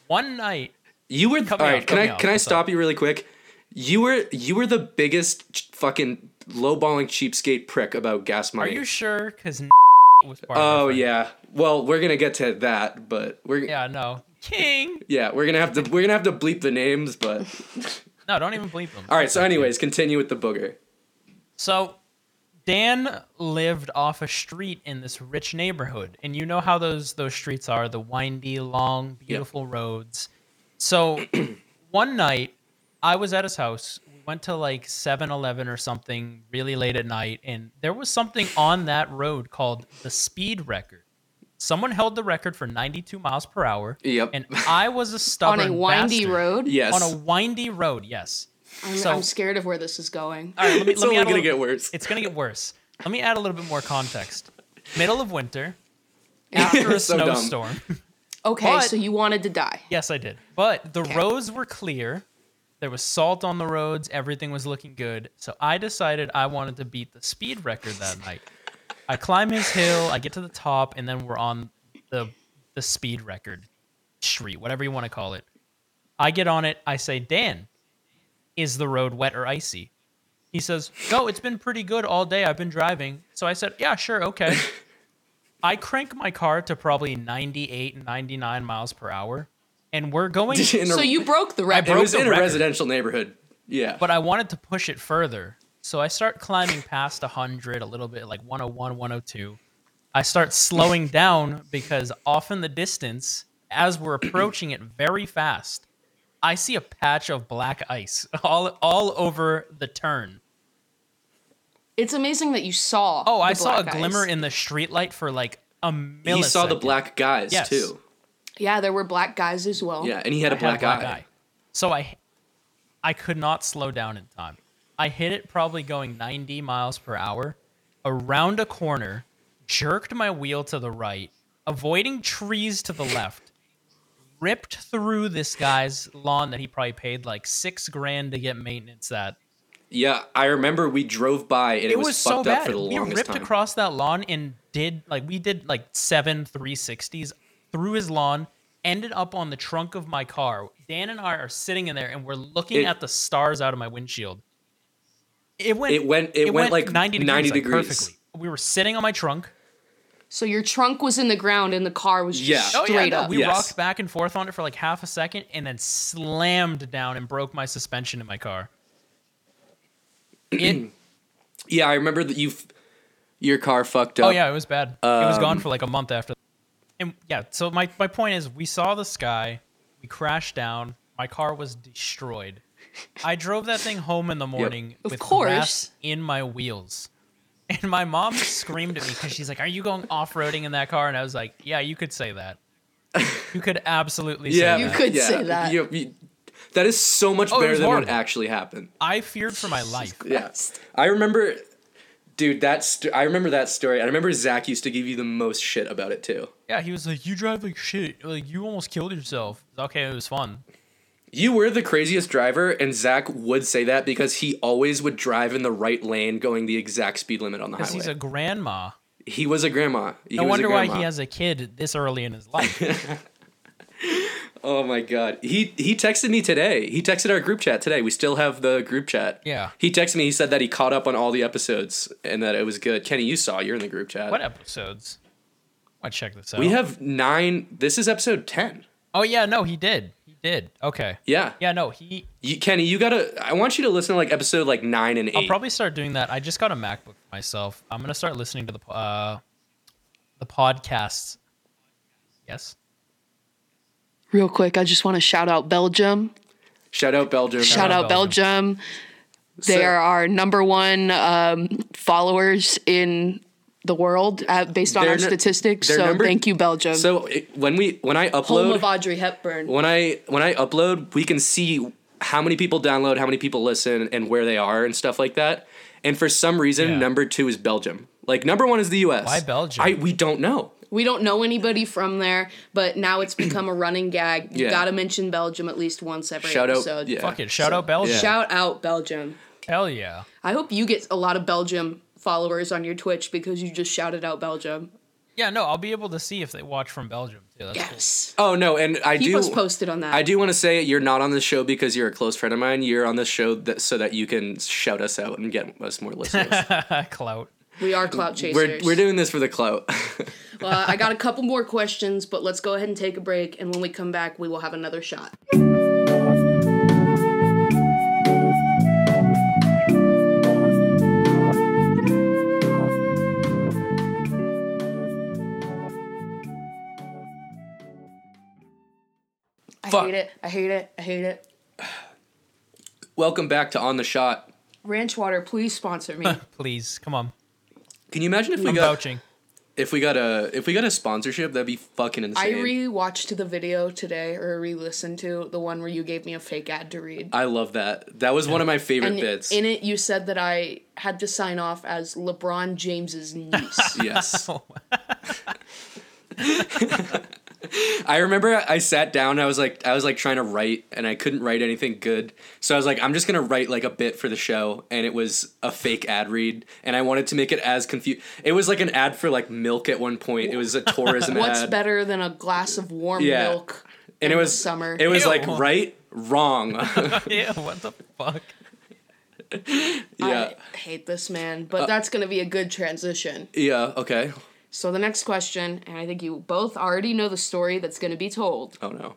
S3: One night,
S1: You were
S3: Cut me
S1: all
S3: off,
S1: right. Can
S3: cut
S1: I
S3: me off,
S1: can I
S3: what's up?
S1: stop you really quick? You were you were the biggest ch- fucking lowballing cheapskate prick about gas
S3: are
S1: money.
S3: you sure? Because was part of our
S1: oh
S3: friend-
S1: yeah. Well, we're gonna get to that, but we're yeah.
S3: yeah, no, King.
S1: we're gonna have to we're gonna have to bleep the names, but
S3: No, don't even bleep them.
S1: all right. So, anyways, continue with the booger.
S3: So Dan lived off a street in this rich neighborhood, and you know how those those streets are, the windy, long, beautiful roads. So one night I was at his house. We went to like 7-Eleven or something really late at night, and there was something on that road called the speed record. Someone held the record for 92 miles per hour.
S1: Yep.
S3: And I was a
S2: on
S3: stubborn
S2: a windy
S3: bastard.
S2: road.
S1: Yes.
S3: On a windy road, yes.
S2: I'm,
S3: so-
S2: I'm scared of where this is going.
S3: All right, let me,
S1: it's
S3: let
S1: only
S3: me add a
S1: gonna
S3: little-
S1: get worse.
S3: it's gonna get worse. Let me add a little bit more context. Middle of winter, after a
S1: So dumb.
S3: snowstorm.
S2: Okay,
S3: But-
S2: so you wanted to die.
S3: yes, I did. But the roads were clear. There was salt on the roads. Everything was looking good. So I decided I wanted to beat the speed record that night. I climb his hill. I get to the top, and then we're on the the speed record street, whatever you want to call it. I get on it. I say, Dan, is the road wet or icy? He says, No, it's been pretty good all day. I've been driving. So I said, Yeah, sure, okay. I crank my car to probably 98, 99 miles per hour, and we're going.
S1: In a-
S2: So you broke the
S1: It
S2: record.
S3: broke
S1: was
S3: the
S1: in a
S3: record.
S1: residential neighborhood. Yeah.
S3: but I wanted to push it further. So I start climbing past 100 a little bit, like 101, 102. I start slowing down because off in the distance, as we're approaching it very fast, I see a patch of black ice all, all over the turn.
S2: It's amazing that you saw.
S3: Oh, I
S2: the
S3: saw a
S2: black
S3: glimmer
S2: ice.
S3: in the streetlight for like a millisecond.
S1: he saw the black guys
S3: Yes.
S1: too.
S2: Yeah, there were black guys as well.
S1: Yeah, and he had a
S3: I had
S1: black,
S3: a black
S1: eye.
S3: eye. So I I could not slow down in time. I hit it probably going 90 miles per hour around a corner, jerked my wheel to the right, avoiding trees to the left, ripped through this guy's lawn that he probably paid like 6 grand to get maintenance at.
S1: Yeah, I remember we drove by and it,
S3: It,
S1: was,
S3: was, so
S1: fucked up
S3: bad.
S1: for the
S3: We
S1: longest
S3: ripped
S1: time.
S3: across that lawn and did like we did like seven 360s through his lawn, ended up on the trunk of my car. Dan and I are sitting in there and we're looking
S1: It-
S3: at the stars out of my windshield. It went
S1: It went- it went, like, 90
S3: like,
S1: degrees.
S3: perfectly. We were sitting on my trunk.
S2: So your trunk was in the ground and the car was
S1: Yeah.
S2: just
S1: Oh,
S3: Oh
S2: straight
S3: yeah, no,
S2: up.
S3: we
S1: Yes.
S3: rocked back and forth on it for like half a second and then slammed down and broke my suspension in my car. It,
S1: Yeah, I remember that you, f- your car fucked up.
S3: oh yeah, it was bad. it was gone for like a month after. And yeah, so my my point is, we saw the sky, we crashed down. My car was destroyed. I drove that thing home in the morning
S2: Of
S3: with
S2: course.
S3: grass in my wheels. And my mom screamed at me because she's like, "Are you going off-roading in that car?" And I was like, "Yeah, you could say that. You could absolutely
S1: yeah,
S3: say
S2: You
S3: that."
S2: could say that.
S1: You- you- that is so much
S3: Oh, it
S1: better
S3: was
S1: than what
S3: horrible.
S1: actually happened.
S3: I feared for my life.
S1: Yes, I remember, dude. That st- I remember that story. I remember Zach used to give you the most shit about it too.
S3: Yeah, he was like, "You drive like shit. Like you almost killed yourself." Okay, it was fun.
S1: You were the craziest driver, and Zach would say that because he always would drive in the right lane, going the exact speed limit on the
S3: Because
S1: highway.
S3: he's a grandma.
S1: he was a grandma. He
S3: No
S1: was a
S3: wonder why
S1: grandma.
S3: he has a kid this early in his life.
S1: Oh my god. He he texted me today. He texted our group chat today. We still have the group chat.
S3: Yeah.
S1: He texted me. He said that he caught up on all the episodes and that it was good. Kenny, you saw. You're in the group chat.
S3: what episodes? I check this out.
S1: We have nine. This is episode ten.
S3: oh yeah, no, he did. He did. Okay.
S1: Yeah.
S3: Yeah, no, he.
S1: You, Kenny, you gotta. I want you to listen to like episode like nine and 8
S3: I'll probably start doing that. I just got a MacBook for myself. I'm gonna start listening to the po- uh, the podcasts. Yes.
S2: Real quick, I just want to shout out Belgium.
S1: Shout out Belgium.
S2: Shout out Belgium. They
S1: So-
S2: are our number one um, followers in the world uh, based on
S1: They're
S2: our
S1: nu-
S2: statistics.
S1: they're
S2: So
S1: number-
S2: thank you, Belgium.
S1: So it, when we when I
S2: Home
S1: upload
S2: of Audrey Hepburn.
S1: when I when I upload, we can see how many people download, how many people listen, and where they are and stuff like that. And for some reason,
S3: Yeah.
S1: number two is Belgium. Like number one is the U.S.
S3: Why Belgium?
S1: I we don't know.
S2: We don't know anybody from there, but now it's become a running gag. You
S1: Yeah.
S2: gotta mention Belgium at least once every
S1: Shout out-
S2: episode.
S1: yeah.
S3: Fuck it. Shout out Belgium.
S1: yeah.
S2: Shout out Belgium.
S3: Hell yeah.
S2: I hope you get a lot of Belgium followers on your Twitch because you just shouted out Belgium.
S3: Yeah, no, I'll be able to see if they watch from Belgium too. That's cool.
S2: Yes.
S1: Oh no, and I
S2: Keep
S1: do.
S2: us posted on that.
S1: I do want to say you're not on this show because you're a close friend of mine. You're on this show that, so that you can shout us out and get us more listeners.
S3: Clout.
S2: We are clout chasers.
S1: we're we're doing this for the clout.
S2: Uh, I got a couple more questions, but let's go ahead and take a break. And when we come back, we will have another shot. I
S1: Fuck.
S2: hate it. I hate it. I hate it.
S1: Welcome back to on the shot.
S2: Ranch water, please sponsor me.
S3: Please, come on.
S1: Can you imagine if we
S3: I'm
S1: got
S3: vouching.
S1: if we got a if we got a sponsorship? That'd be fucking
S2: I
S1: insane.
S2: re-watched the video today, or re-listened to the one where you gave me a fake ad to read.
S1: I love that. That was one of my favorite
S2: And
S1: bits.
S2: in it, you said that I had to sign off as LeBron James's niece.
S1: Yes. I remember I sat down. I was like, I was like trying to write, and I couldn't write anything good. So I was like, I'm just gonna write like a bit for the show, and it was a fake ad read, and I wanted to make it as confused. It was like an ad for like milk at one point. It was a tourism
S2: What's
S1: ad,
S2: better than a glass of warm
S1: Yeah.
S2: milk?
S1: and
S2: in
S1: it
S2: the
S1: was
S2: summer.
S1: It was
S3: Ew.
S1: like right, wrong.
S3: yeah, what the fuck?
S1: yeah, Uh,
S2: I hate this man, but that's gonna be a good transition.
S1: yeah. Okay.
S2: So the next question, and I think you both already know the story that's gonna be told.
S1: Oh no.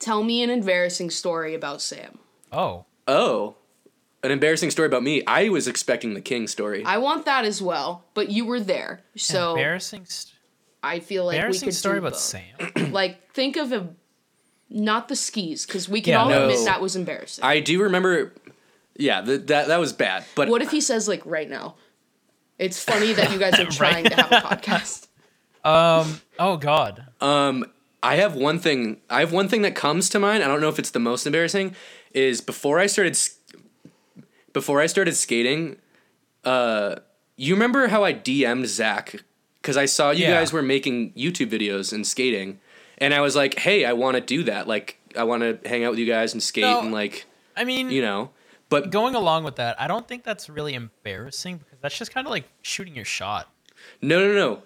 S2: Tell me an embarrassing story about Sam.
S3: Oh.
S1: Oh, an embarrassing story about me. I was expecting the king story.
S2: I want that as well, but you were there, so
S3: embarrassing st-
S2: I feel like we
S3: embarrassing
S2: could
S3: story
S2: do
S3: about
S2: both.
S3: Sam.
S2: Like think of a, not the skis, because we can
S3: Yeah,
S2: all
S1: no.
S2: admit that was embarrassing.
S1: I do remember. Yeah, th- that that was bad. But
S2: What if he says like right now? It's funny that you guys are trying to have a podcast.
S3: Oh God.
S1: I have one thing. I have one thing that comes to mind. I don't know if it's the most embarrassing. Is before I started, s- before I started skating, uh, you remember how I DM'd Zach because I saw you
S3: Yeah.
S1: guys were making YouTube videos and skating, and I was like, hey, I want to do that. Like, I want to hang out with you guys and skate
S3: No.
S1: and like,
S3: I mean,
S1: you know. But
S3: going along with that, I don't think that's really embarrassing because that's just kind of like shooting your shot.
S1: No, no, no.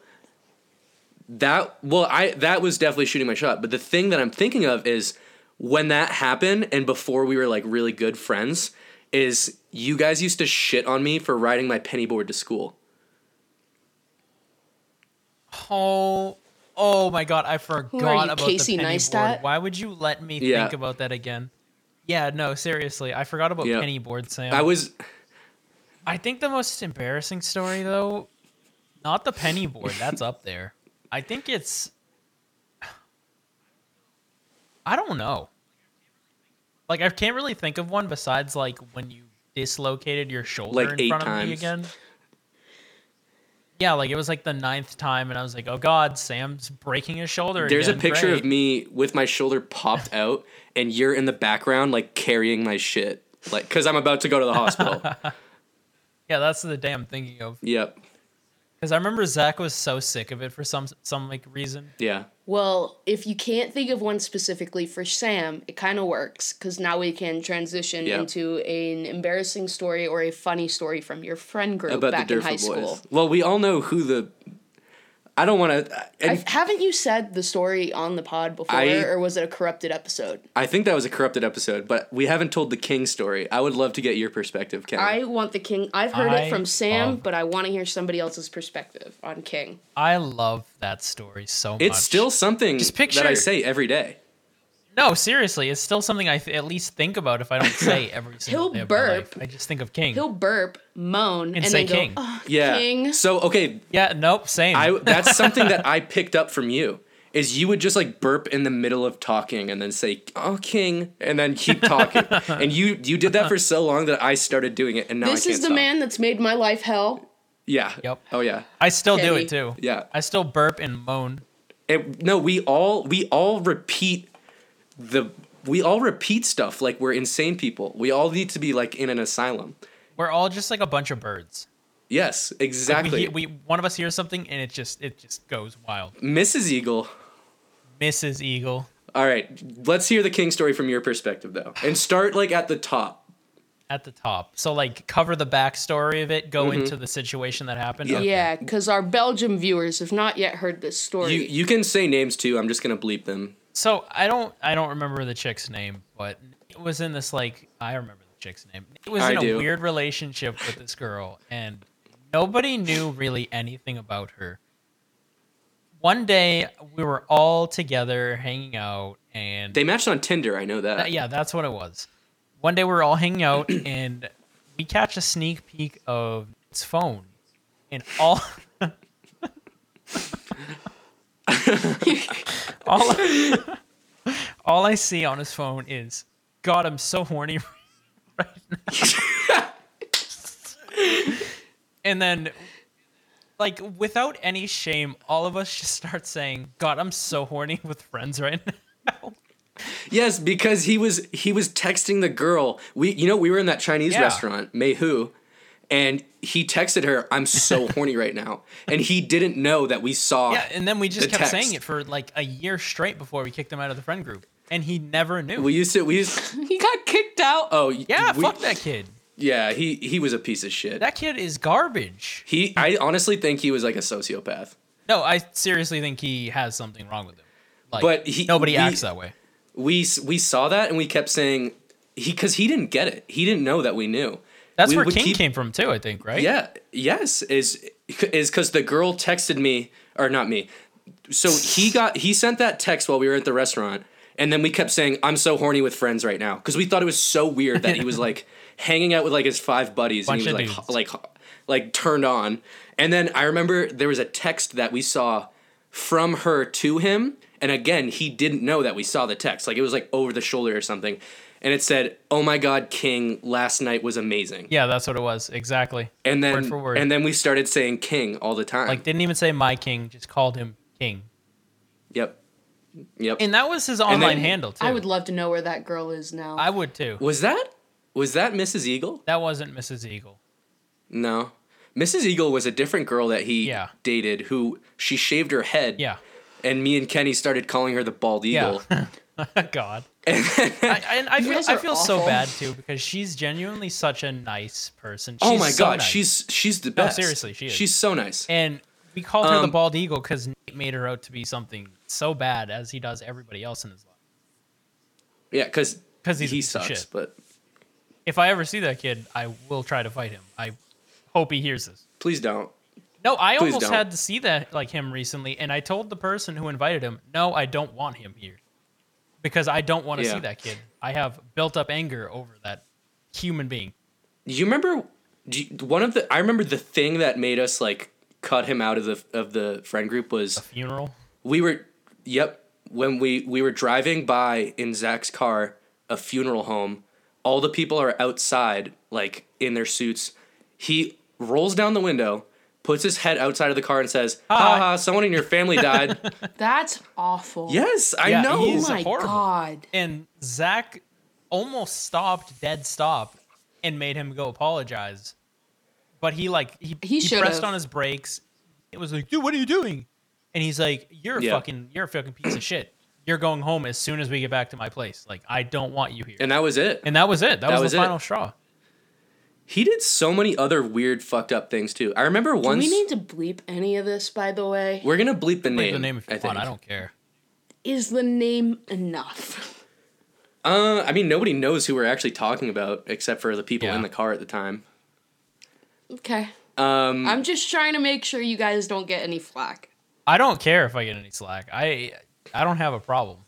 S1: That well, I that was definitely shooting my shot. But the thing that I'm thinking of is when that happened, and before we were like really good friends, is you guys used to shit on me for riding my penny board to school.
S3: Oh, oh my God! I forgot
S2: you,
S3: about
S2: Casey
S3: the penny
S2: Neistat?
S3: board. Why would you let me
S1: Yeah.
S3: think about that again? Yeah, no, seriously, I forgot about
S1: Yeah.
S3: Oh, penny board, Sam.
S1: I was
S3: I think the most embarrassing story though, not the penny board. That's up there. I think it's. I don't know. Like I can't really think of one besides like when you dislocated your shoulder
S1: Like
S3: in
S1: eight
S3: front of me
S1: times.
S3: again. Yeah, like it was like the ninth time, and I was like, "Oh God, Sam's breaking his shoulder."
S1: There's a
S3: again.
S1: picture
S3: Great.
S1: of me with my shoulder popped out, and you're in the background, like carrying my shit, like because I'm about to go to the hospital.
S3: Yeah, that's the day I'm thinking of.
S1: yep.
S3: Because I remember Zach was so sick of it for some some like reason.
S1: Yeah.
S2: Well, if you can't think of one specifically for Sam, it kind of works because now we can transition
S1: Yeah.
S2: into an embarrassing story or a funny story from your friend group
S1: About
S2: back
S1: the
S2: in
S1: Durford
S2: high
S1: boys.
S2: school.
S1: Well, we all know who the. I don't want to.
S2: I, haven't you said the story on the pod before,
S1: I-
S2: or was it a corrupted episode?
S1: I think that was a corrupted episode, but we haven't told the king story. I would love to get your perspective, Ken.
S2: I want the king. I've heard
S3: I
S2: it from Sam,
S3: love-
S2: but I want to hear somebody else's perspective on King.
S3: I love that story so much.
S1: it's still something
S3: Just
S1: that I
S3: picture-
S1: say every day.
S3: no, seriously, it's still something I th- at least think about if I don't say every single
S2: He'll
S3: day of my life.
S2: burp.
S3: I just think of King.
S2: He'll burp, moan, and,
S3: say
S2: then go,
S3: king.
S2: "Oh,
S1: Yeah.
S2: King."
S1: So okay,
S3: yeah, nope, same.
S1: I that's something that I picked up from you. Is you would just like burp in the middle of talking and then say, "Oh, king," and then keep talking. and you you did that for so long that I started doing it, and now
S2: This
S1: I can't
S2: is the
S1: stop.
S2: man that's made my life hell.
S1: Yeah.
S3: Yep.
S1: Oh yeah.
S3: I still do
S2: Kenny.
S3: it too.
S1: Yeah.
S3: I still burp and moan.
S1: It, no, we all we all repeat the we all repeat stuff like we're insane people. We all need to be like in an asylum.
S3: We're all just like a bunch of birds.
S1: Yes,
S3: Like,
S1: exactly.
S3: We, we one of us hears something and it just it just goes wild.
S1: Mrs. Eagle.
S3: Mrs. Eagle.
S1: All right, let's hear the king story from your perspective though, and start like at the top.
S3: At the top, so like cover the backstory of it, go
S1: Mm-hmm.
S3: into the situation that happened.
S1: Yeah.
S3: Okay.
S2: Yeah, because our Belgium viewers have not yet heard this story.
S1: You you can say names too. I'm just gonna bleep them.
S3: So I don't I don't remember the chick's name, but it was in this like I remember the chick's name. It was
S1: I
S3: in a
S1: do.
S3: weird relationship with this girl and nobody knew really anything about her. One day we were all together hanging out and
S1: They matched on Tinder. I know that.
S3: that- Uh, yeah, that's what it was. One day we were all hanging out and we catch a sneak peek of its phone and all all, all I see on his phone is God, I'm so horny right now. and then like without any shame, all of us just start saying, God, I'm so horny with friends right now.
S1: Yes, because he was he was texting the girl. We you know we were in that Chinese
S3: Yeah.
S1: restaurant, Meihu, and he texted her, "I'm so horny right now," and he didn't know that we saw.
S3: Yeah, and then we just
S1: the
S3: kept saying
S1: text.
S3: it for like a year straight before we kicked him out of the friend group, and he never knew.
S1: we used to we used.
S2: he got kicked out.
S1: Oh
S3: yeah,
S1: we-
S3: fuck that kid.
S1: Yeah, he he was a piece of shit.
S3: That kid is garbage.
S1: He I honestly think he was like a sociopath.
S3: No, I seriously think he has something wrong with him. Like,
S1: But he-
S3: nobody
S1: we-
S3: acts that way.
S1: We s- we saw that and we kept saying he because he didn't get it. He didn't know that we knew.
S3: That's
S1: we
S3: where
S1: would
S3: King
S1: keep-
S3: came from too, I think, right?
S1: Yeah. Yes. Is is because the girl texted me or not me. So he got he sent that text while we were at the restaurant, and then we kept saying, "I'm so horny with friends right now," because we thought it was so weird that he was like hanging out with like his five buddies
S3: Bunch
S1: and
S3: of
S1: he was
S3: dudes.
S1: like h- like like turned on. And then I remember there was a text that we saw from her to him, and again he didn't know that we saw the text. Like it was like over the shoulder or something, and it said, "Oh my God, King, last night was amazing."
S3: Yeah, that's what it was exactly.
S1: and then
S3: word for word,
S1: and then we started saying king all the time.
S3: like didn't even say my king, just called him King,
S1: yep, yep.
S3: and that was his
S1: then-
S3: online handle too.
S2: I would love to know where that girl is now.
S3: I would too.
S1: was that was that Mrs. Eagle?
S3: That wasn't Mrs. Eagle.
S1: No, Mrs. Eagle was a different girl that he
S3: Yeah.
S1: dated. Who she shaved her head.
S3: Yeah.
S1: And me and Kenny started calling her the bald
S3: Yeah.
S1: eagle.
S3: God. I, and I feel,
S2: guys
S3: I
S2: are
S3: feel so
S2: awful.
S3: bad too because she's genuinely such a nice person.
S1: oh
S3: She's
S1: my
S3: so
S1: god,
S3: nice.
S1: she's she's the best.
S3: seriously, she is.
S1: She's so nice.
S3: and we called her the
S1: Um,
S3: bald eagle because Nate made her out to be something so bad as he does everybody else in his life.
S1: yeah, because
S3: 'Cause he's a
S1: he
S3: piece of
S1: sucks.
S3: shit.
S1: But
S3: If I ever see that kid, I will try to fight him. I hope he hears this.
S1: please don't.
S3: No, I
S1: Please
S3: almost
S1: don't.
S3: had to see that like him recently, and I told the person who invited him, "No, I don't want him here because I don't want to
S1: Yeah.
S3: see that kid. I have built up anger over that human being."
S1: You remember do you- one of the I remember the thing that made us like cut him out of the of the friend group was
S3: funeral.
S1: we were yep when we we were driving by in zach's car a funeral home all the people are outside like in their suits he rolls down the window puts his head outside of the car and says ha
S3: Hi.
S1: ha someone in your family died
S2: That's awful.
S1: yes i
S3: Yeah,
S1: know
S2: Oh
S3: he's-
S2: my
S3: horrible.
S2: god.
S3: And Zach almost stopped dead stop and made him go apologize. But he like he,
S2: He should've.
S3: pressed on his brakes. It was like, dude, what are you doing? And he's like, You're a
S1: Yeah.
S3: fucking you're a fucking piece of shit. You're going home as soon as we get back to my place. Like, I don't want you here. And,
S1: and that was it
S3: that was it. That, was,
S1: was
S3: the
S1: it.
S3: final straw.
S1: he did so many other weird fucked up things too i remember
S2: Do
S1: once
S2: we need to bleep any of this, by the way?
S1: are gonna bleep the name,
S3: Leave the name if you
S1: I think.
S3: want. I don't care.
S2: Is the name enough?
S1: Uh, I mean, nobody knows who we're actually talking about except for the people
S3: Yeah.
S1: in the car at the time.
S2: Okay.
S3: Mm.
S1: Um,
S2: I'm just trying to make sure you guys don't get any flack.
S3: I don't care if I get any slack. I I don't have a problem.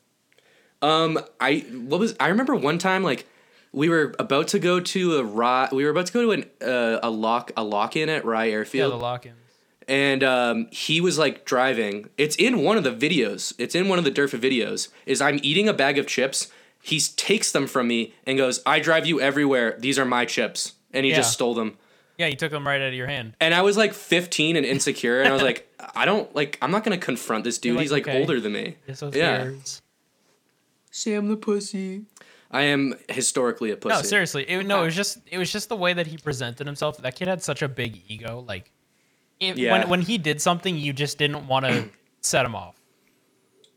S1: Um, I what was I remember one time like we were about to go to a Rye, we were about to go to an uh, a lock a lock in at Rye
S3: Yeah,
S1: Airfield,
S3: the lock ins.
S1: and um, he was like driving. It's in one of the videos. It's in one of the Durfa videos. Is I'm eating a bag of chips. He s- takes them from me and goes, "I drive you everywhere. These are my chips," and he
S3: Yeah.
S1: just stole them.
S3: Yeah, you took them right out of your hand.
S1: And I was like 15 and insecure, and I was like, "I don't like. I'm not gonna confront this dude.
S3: like,
S1: He's like
S3: "Okay,
S1: older than me.
S3: This was
S1: Yeah.
S3: yours.
S2: Sam the pussy.
S1: I am historically a pussy."
S3: No, seriously. It, no, it was just it was just the way that he presented himself. That kid had such a big ego. Like, it,
S1: Yeah.
S3: when when he did something, you just didn't want to set him off.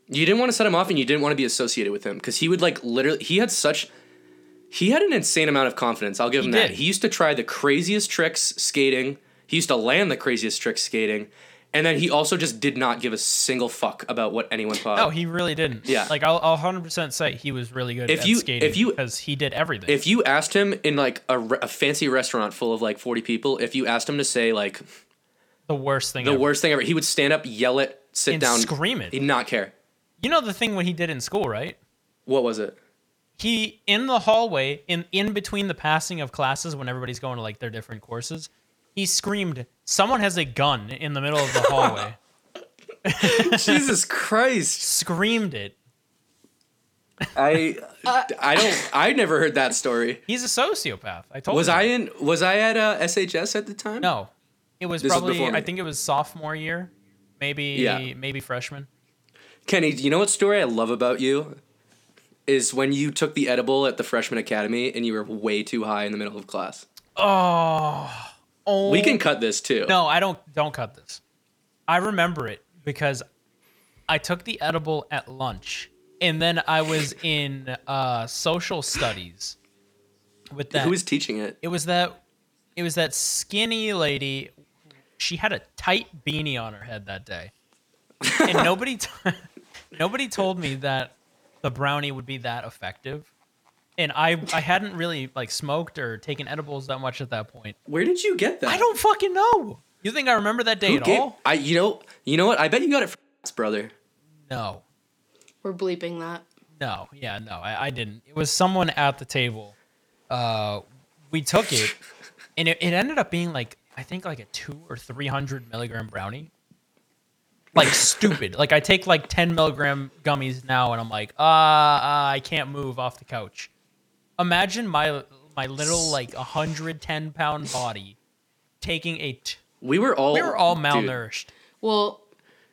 S1: you didn't want to set him off and you didn't want to be associated with him because he would like literally he had such he had an insane amount of confidence i'll give him
S3: He
S1: that
S3: did.
S1: he used to try the craziest tricks skating he used to land the craziest tricks skating and then he also just did not give a single fuck about what anyone thought
S3: No, he really didn't.
S1: Yeah.
S3: Like I'll I'll hundred percent say he was really good
S1: If
S3: at
S1: you-
S3: skating
S1: if you-
S3: because he did everything.
S1: if you asked him in like a, re- a fancy restaurant full of like 40 people if you asked him to say like
S3: the worst thing.
S1: the
S3: ever.
S1: worst thing ever he would stand up yell it sit
S3: And
S1: down
S3: scream it.
S1: he'd not care
S3: You know the thing when he did in school, right?
S1: what was it
S3: he in the hallway in in between the passing of classes when everybody's going to like their different courses he screamed someone has a gun in the middle of the hallway
S1: jesus christ
S3: screamed it
S1: i i don't i never heard that story
S3: he's a sociopath i told
S1: Was
S3: you
S1: I in? Was I at uh, SHS at the time?
S3: no it was
S1: This was
S3: probably
S1: before me.
S3: i think it was sophomore year maybe
S1: Yeah.
S3: maybe freshman
S1: Kenny, you know what story I love about you is when you took the edible at the freshman academy and you were way too high in the middle of class.
S3: oh oh
S1: We can cut this too.
S3: no i don't don't cut this i remember it because i took the edible at lunch and then i was in uh social studies with that
S1: Who was teaching it?
S3: it was that it was that skinny lady she had a tight beanie on her head that day and nobody t- nobody told me that the brownie would be that effective and i i hadn't really like smoked or taken edibles that much at that point
S1: Where did you get that?
S3: i don't fucking know you think i remember that day
S1: Who
S3: at
S1: gave-
S3: all
S1: I you know you know what? I bet you got it from his brother.
S3: no
S2: We're bleeping that.
S3: No, yeah, no, I, I didn't. It was someone at the table. Uh, we took it, and it, it ended up being like I think like a two or three hundred milligram brownie. Like stupid. like I take like ten milligram gummies now, and I'm like, uh, uh I can't move off the couch. Imagine my my little like hundred ten pound body taking a. T-
S1: We were all
S3: we were all
S1: dude,
S3: malnourished.
S2: Well,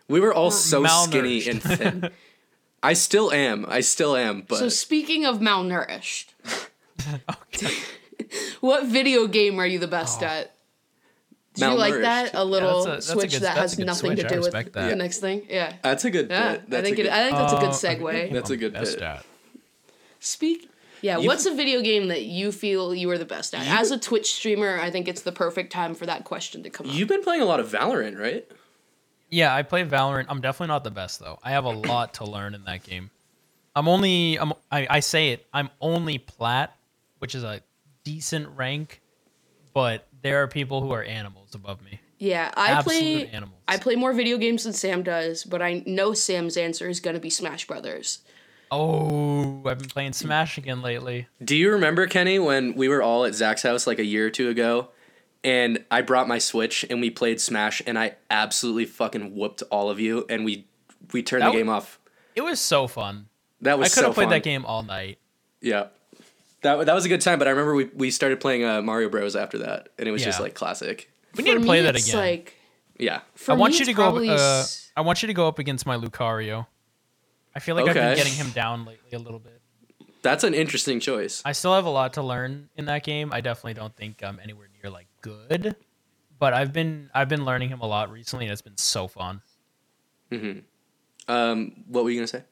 S1: we were all so
S3: malnourished.
S1: skinny and thin. I still am. I still am. But
S2: so speaking of malnourished, what video game are you the best at? Do you like that?
S1: Malnourished.
S2: A little
S3: Oh. Yeah, that's a- that's a
S2: switch
S3: good-
S2: that
S3: that's
S2: has
S3: a good
S2: nothing
S3: switch.
S2: to
S3: I
S2: do with
S3: respect
S2: the
S3: that.
S2: next thing. Yeah.
S1: that's a good.
S2: Yeah,
S1: bit.
S2: I
S1: Uh, That's
S2: think
S1: a good,
S2: it, I think that's a good
S3: Oh.
S2: segue.
S1: That's a good bit.
S2: Speak. Yeah,
S1: You-
S2: what's a video game that you feel you are the best at? As a Twitch streamer, I think it's the perfect time for that question to come
S1: You've been playing a lot of Valorant, right?
S3: Yeah, I play Valorant. I'm definitely not the best though. I have a lot to learn in that game. I'm only I'm, I, I say it. I'm only plat, which is a decent rank, but there are people who are animals above me.
S2: up. Yeah, I
S3: Absolute
S2: play
S3: animals.
S2: I play more video games than Sam does, but I know Sam's answer is going to be Smash Brothers.
S3: Oh, I've been playing Smash again lately.
S1: Do you remember Kenny when we were all at Zach's house like a year or two ago, and I brought my Switch and we played Smash and I absolutely fucking whooped all of you and we we turned
S3: That
S1: the
S3: w-
S1: game off.
S3: It was so fun.
S1: That
S3: I
S1: was
S3: could have
S1: so
S3: played
S1: fun.
S3: that game all night.
S1: Yeah. That, that was a good time, but I remember we, we started playing uh, Mario Bros after that, and it was just
S3: Yeah.
S1: like classic.
S3: We need
S2: For
S3: to play
S2: me,
S3: that
S2: it's
S3: again.
S2: Like,
S1: Yeah.
S2: for
S3: I want
S2: me,
S3: you
S2: it's
S3: to go. Up,
S2: probably
S3: uh,
S2: s-
S3: I want you to go up against my Lucario. I feel like I've
S1: Okay.
S3: been getting him down lately a little bit.
S1: That's an interesting choice.
S3: I still have a lot to learn in that game. I definitely don't think I'm anywhere near like good, but I've been I've been learning him a lot recently, and it's been so fun.
S1: Um, what were you going to say?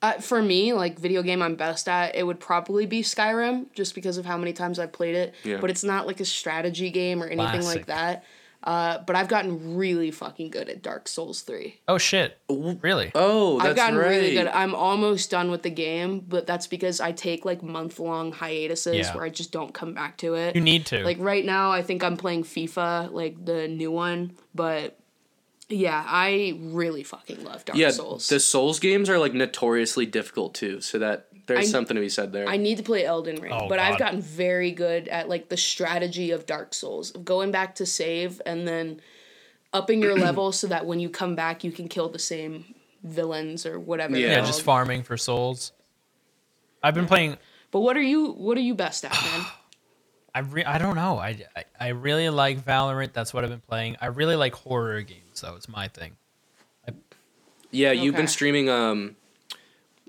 S2: uh, for me, like video game I'm best at, it would probably be Skyrim, just because of how many times I've played it.
S1: Yeah.
S2: But it's not like a strategy game or anything
S3: Classic.
S2: like that. Uh, but I've gotten really fucking good at Dark Souls three.
S3: Oh shit! Really?
S1: Oh, that's
S2: I've gotten
S1: right.
S2: really good. I'm almost done with the game, but that's because I take like month long hiatuses
S3: Yeah.
S2: where I just don't come back to it.
S3: You need to.
S2: like right now, I think I'm playing FIFA, like the new one, but yeah, I really fucking love Dark
S1: yeah,
S2: Souls.
S1: the Souls games are like notoriously difficult too, so that there's
S2: I-
S1: something to be said there.
S2: I need to play Elden Ring,
S3: Oh,
S2: but I've
S3: God.
S2: gotten very good at like the strategy of Dark Souls, of going back to save and then upping your level so that when you come back, you can kill the same villains or whatever. they're
S3: yeah, just
S2: called.
S3: farming for souls. I've been playing.
S2: But what are you? What are you best at, man?
S3: I re- I don't know. I, I I really like Valorant. That's what I've been playing. I really like horror games. though. It's my thing.
S1: yeah, you've been
S2: Okay.
S1: streaming. Um,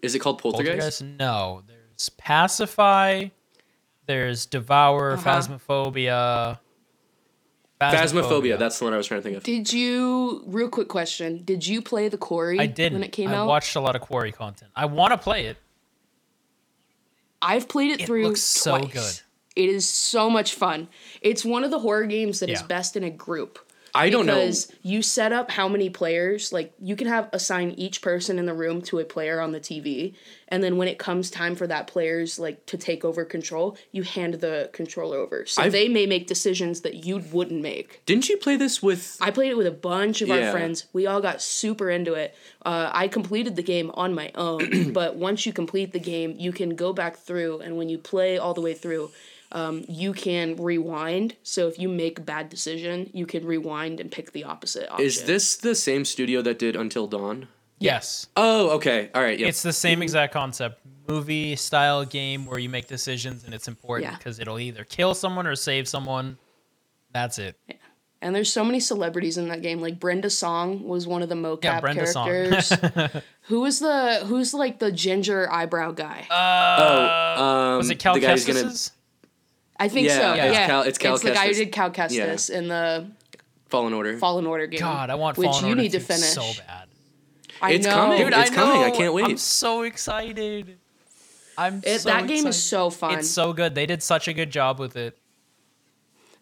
S1: is it called Poltergeist?
S3: Poltergeist? No. There's Pacify. There's Devour,
S2: Uh-huh.
S3: Phasmophobia.
S1: Phasmophobia. That's the one I was trying to think of.
S2: Did you, real quick question, did you play The Quarry
S3: I didn't.
S2: when it came
S3: I
S2: out?
S3: watched a lot of Quarry content. I want to play it.
S2: I've played it,
S3: It
S2: through
S3: looks so
S2: twice.
S3: good.
S2: It is so much fun. It's one of the horror games that is
S3: Yeah.
S2: best in a group.
S1: I don't know.
S2: because you set up how many players, like you can have assign each person in the room to a player on the TV, and then when it comes time for that player's like to take over control, you hand the controller over. So
S1: I've-
S2: they may make decisions that you wouldn't make.
S1: Didn't you play this with?
S2: I played it with a bunch of
S1: Yeah.
S2: our friends. We all got super into it. Uh, I completed the game on my own, but once you complete the game, you can go back through, and when you play all the way through, um, you can rewind. So if you make a bad decision, you can rewind and pick the opposite option.
S1: Is this the same studio that did Until Dawn?
S3: Yes.
S1: Oh, okay. All right. Yeah.
S3: It's the same exact concept. Movie style game where you make decisions and it's important
S2: Yeah.
S3: because it'll either kill someone or save someone. That's it.
S2: And there's so many celebrities in that game. Like Brenda Song was one of the mocap
S3: Yeah, Brenda Song.
S2: characters. Who is the who's like the ginger eyebrow guy?
S1: oh, um,
S3: Was Uh, it Cal
S1: the guy who's gonna
S3: Kestis's?
S2: I think
S1: yeah,
S2: so.
S1: yeah.
S2: Yeah,
S1: it's Cal- it's Cal
S2: the guy who
S1: Kestis.
S2: did Cal Kestis in the
S1: fall in order?
S2: Fallen Order game.
S3: God, I want
S2: which
S3: Fallen
S2: you
S3: Order
S2: need to
S3: 2
S2: finish.
S3: so bad.
S2: I
S1: It's
S2: know.
S1: coming. Dude, I- It's coming.
S3: know.
S1: can't wait.
S3: I'm so excited. I'm
S2: It-
S3: so
S2: that game is
S3: excited.
S2: so fun.
S3: It's so good. They did such a good job with it.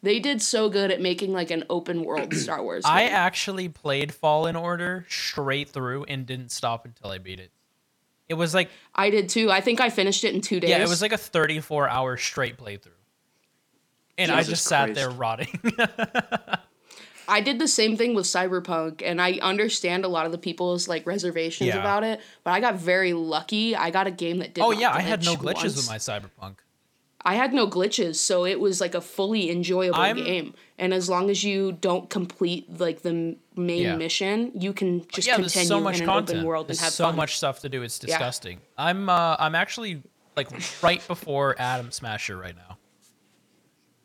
S2: they did so good at making like an open world Star Wars.
S3: I
S2: game.
S3: actually played Fallen Order straight through and didn't stop until I beat it. It was like
S2: I did too. I think I finished it in two days.
S3: yeah, it was like a 34 hour straight playthrough. And I
S1: Jesus
S3: just sat
S1: Christ.
S3: there rotting.
S2: I did the same thing with Cyberpunk, and I understand a lot of the people's like reservations
S3: Yeah.
S2: about it. But I got very lucky. I got a game that did.
S3: oh
S2: not
S3: yeah, I had
S2: glitch
S3: no glitches
S2: once.
S3: with my Cyberpunk.
S2: I had no glitches, so it was like a fully enjoyable
S3: I'm-
S2: game. And as long as you don't complete like the m- main
S3: Yeah.
S2: mission, you can just
S3: yeah, there's
S2: continue
S3: so much
S2: in an
S3: content.
S2: open world
S3: There's
S2: and have
S3: so
S2: fun.
S3: much stuff to do. It's disgusting. I'm uh, I'm actually like right before Adam Smasher right now.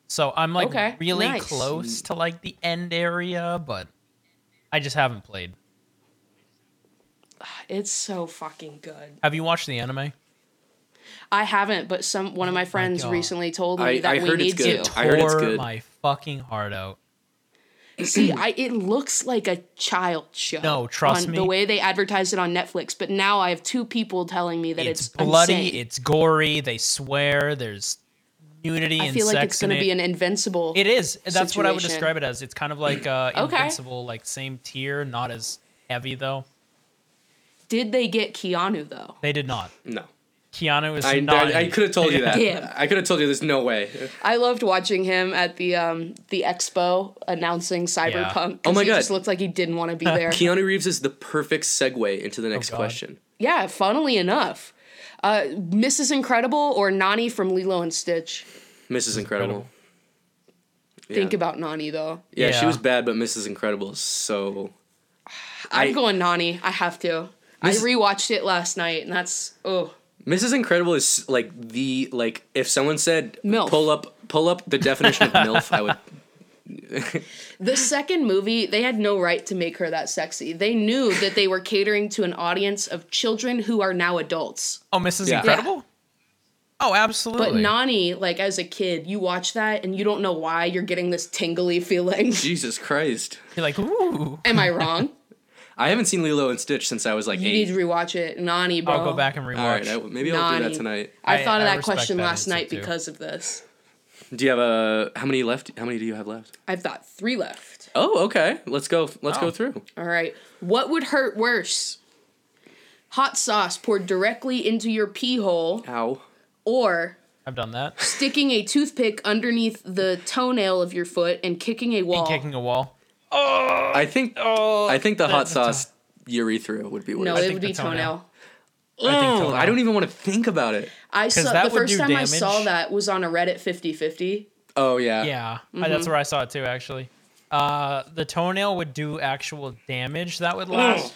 S3: So I'm like
S2: Okay,
S3: really
S2: nice.
S3: close to like the end area, but I just haven't played.
S2: It's so fucking good.
S3: Have you watched the anime?
S2: I haven't, but some one of my friends
S3: Oh God.
S2: recently told me
S1: I-
S2: that
S1: I
S2: we
S1: heard it's
S2: need
S1: good.
S2: to.
S1: I heard it's
S3: Tore
S1: good.
S3: my fucking heart out.
S2: See, I it looks like a child show.
S3: No, trust
S2: on
S3: me.
S2: The way they advertise it on Netflix, but now I have two people telling me that
S3: It's,
S2: it's,
S3: bloody.
S2: insane.
S3: It's gory. They swear. There's nudity
S2: I
S3: and
S2: feel
S3: sex
S2: like it's
S3: in
S2: going to
S3: it.
S2: be an invincible.
S3: It is. That's what I would
S2: situation.
S3: describe it as. It's kind of like uh,
S2: Okay.
S3: invincible, like same tier, not as heavy though.
S2: Did they get Keanu though?
S3: They did not.
S1: no.
S3: Keanu is
S1: I,
S3: not.
S1: I, I could have told you that.
S2: Damn.
S1: I could have told you there's no way.
S2: I loved watching him at the um the expo announcing Cyberpunk. 'cause
S1: Oh my
S2: he
S1: God.
S2: just looked like he didn't want to be there.
S1: Keanu Reeves is the perfect segue into the next
S3: Oh, God.
S1: question.
S2: yeah, funnily enough, uh, Mrs. Incredible or Nani from Lilo and Stitch.
S1: Mrs. Incredible.
S2: Think about Nani though.
S1: Yeah, she
S3: Yeah.
S1: was bad, but Mrs. Incredible is so.
S2: I'm
S1: I-
S2: going Nani. I have to.
S1: This-
S2: I rewatched it last night, and that's oh
S1: Mrs. Incredible is like the like if someone said
S2: MILF.
S1: pull up pull up the definition of milf, I would.
S2: The second movie, they had no right to make her that sexy. They knew that they were catering to an audience of children who are now adults.
S3: Oh, Mrs.
S1: Yeah.
S3: Incredible. Oh, absolutely.
S2: But Nani, like as a kid, you watch that and you don't know why you're getting this tingly feeling.
S1: Jesus Christ!
S3: You're like, ooh.
S2: Am I wrong?
S1: I haven't seen Lilo and Stitch since I was like
S2: You
S1: eight.
S2: need to rewatch it. Nani, bro.
S3: I'll go back and rewatch.
S1: All right, I, maybe I'll do that
S2: Nani.
S1: tonight.
S2: I,
S3: I-
S2: thought of
S3: I
S2: that
S3: respect
S2: question
S3: that
S2: last
S3: answer,
S2: night
S3: too.
S2: because of this.
S1: Do you have a how many left? How many do you have left?
S2: I've got three left.
S1: Oh, okay. Let's go. Let's go
S3: Oh.
S1: through.
S2: All right. What would hurt worse? Hot sauce poured directly into your pee hole
S1: Ow.
S2: or
S3: I've done that.
S2: sticking a toothpick underneath the toenail of your foot and kicking a wall.
S3: Kicking a wall.
S1: I think
S3: Oh,
S1: I think the hot
S3: that's a tough-
S1: sauce urethra would be worse.
S2: no,
S1: I,
S2: it
S3: think
S2: would
S3: the
S2: be toenail.
S3: toenail.
S1: oh,
S3: toenail.
S1: I don't even want to think about it.
S2: I saw
S3: that
S2: the
S3: would
S2: first
S3: do
S2: time I saw
S3: damage.
S2: that was on a Reddit 50-50.
S1: Oh yeah.
S3: Yeah,
S2: Mm-hmm.
S3: I- that's where I saw it too. Actually, uh, the toenail would do actual damage. That would last.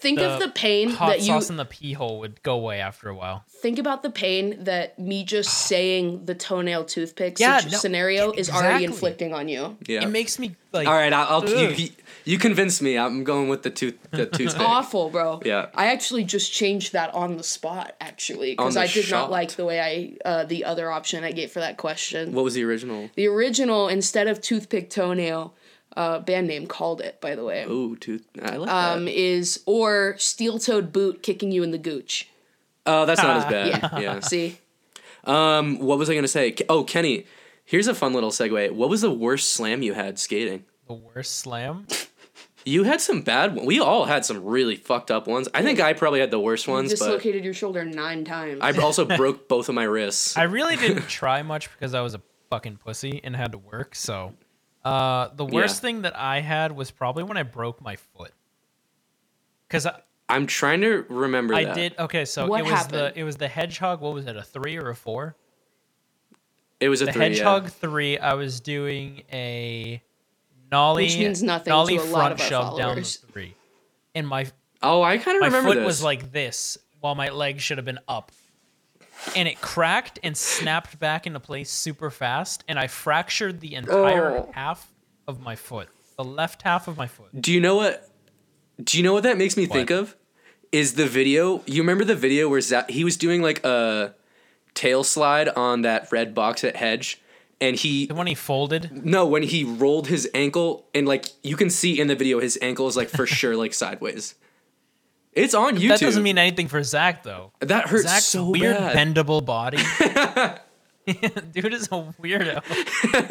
S2: Think of
S3: The
S2: the
S1: Oh.
S2: pain
S3: Hot
S2: that you
S3: sauce in the pee hole would go away after a while.
S2: think about the pain that me just saying the toenail toothpick
S3: Yeah,
S2: situ-
S3: no,
S2: scenario is already
S3: exactly.
S2: inflicting on you.
S1: Yeah.
S3: It makes me like.
S1: All right, I'll, I'll you,
S3: Ugh.
S1: you- you convinced me. I'm going with the tooth the toothpick.
S2: Awful, bro.
S1: Yeah.
S2: I actually just changed that on the spot, actually,
S1: On
S2: because
S1: the
S2: I did
S1: shot.
S2: not like the way I uh, the other option I gave for that question.
S1: What was the original?
S2: the original, instead of toothpick toenail, uh, band name called it, by the way.
S1: Ooh, tooth. I like
S2: um,
S1: that.
S2: is or steel toed boot kicking you in the gooch.
S1: Oh, that's not as bad. Yeah.
S2: See,
S1: Um, what was I gonna say? K- Oh, Kenny, here's a fun little segue. What was the worst slam you had skating?
S3: The worst slam.
S1: You had some bad ones. We all had some really fucked up ones. I think I probably had the worst ones, but
S2: dislocated your shoulder nine times.
S1: I also broke both of my wrists.
S3: I really didn't try much because I was a fucking pussy and had to work. So, uh, the worst
S1: Yeah.
S3: thing that I had was probably when I broke my foot. Because I,
S1: I'm trying to remember
S3: I
S1: that.
S3: did okay. So
S2: What
S3: it was
S2: happened?
S3: the it was the hedgehog. What was it? A three or a four?
S1: It was a
S3: The
S1: three. yeah.
S3: hedgehog three. I was doing a nollie,
S2: Which means nothing
S3: nollie
S2: to a
S3: front
S2: lot of our
S3: shove down the
S2: followers.
S3: three, and my
S1: Oh, I kind of
S3: my
S1: remember
S3: foot
S1: this.
S3: was like this, while my leg should have been up, and it cracked and snapped back into place super fast, and I fractured the entire
S2: Oh.
S3: half of my foot, the left half of my foot.
S1: Do you know what? Do you know what that makes me think of? Is the video? You remember the video where Zach, he was doing like a tail slide on that red box at Hedge, and he
S3: The one he folded.
S1: no when he rolled his ankle and like you can see in the video his ankle is like for sure like sideways. It's on YouTube.
S3: That doesn't mean anything for Zach though.
S1: that hurts
S3: Zach's
S1: so
S3: weird
S1: bad.
S3: bendable body. Dude is a weirdo.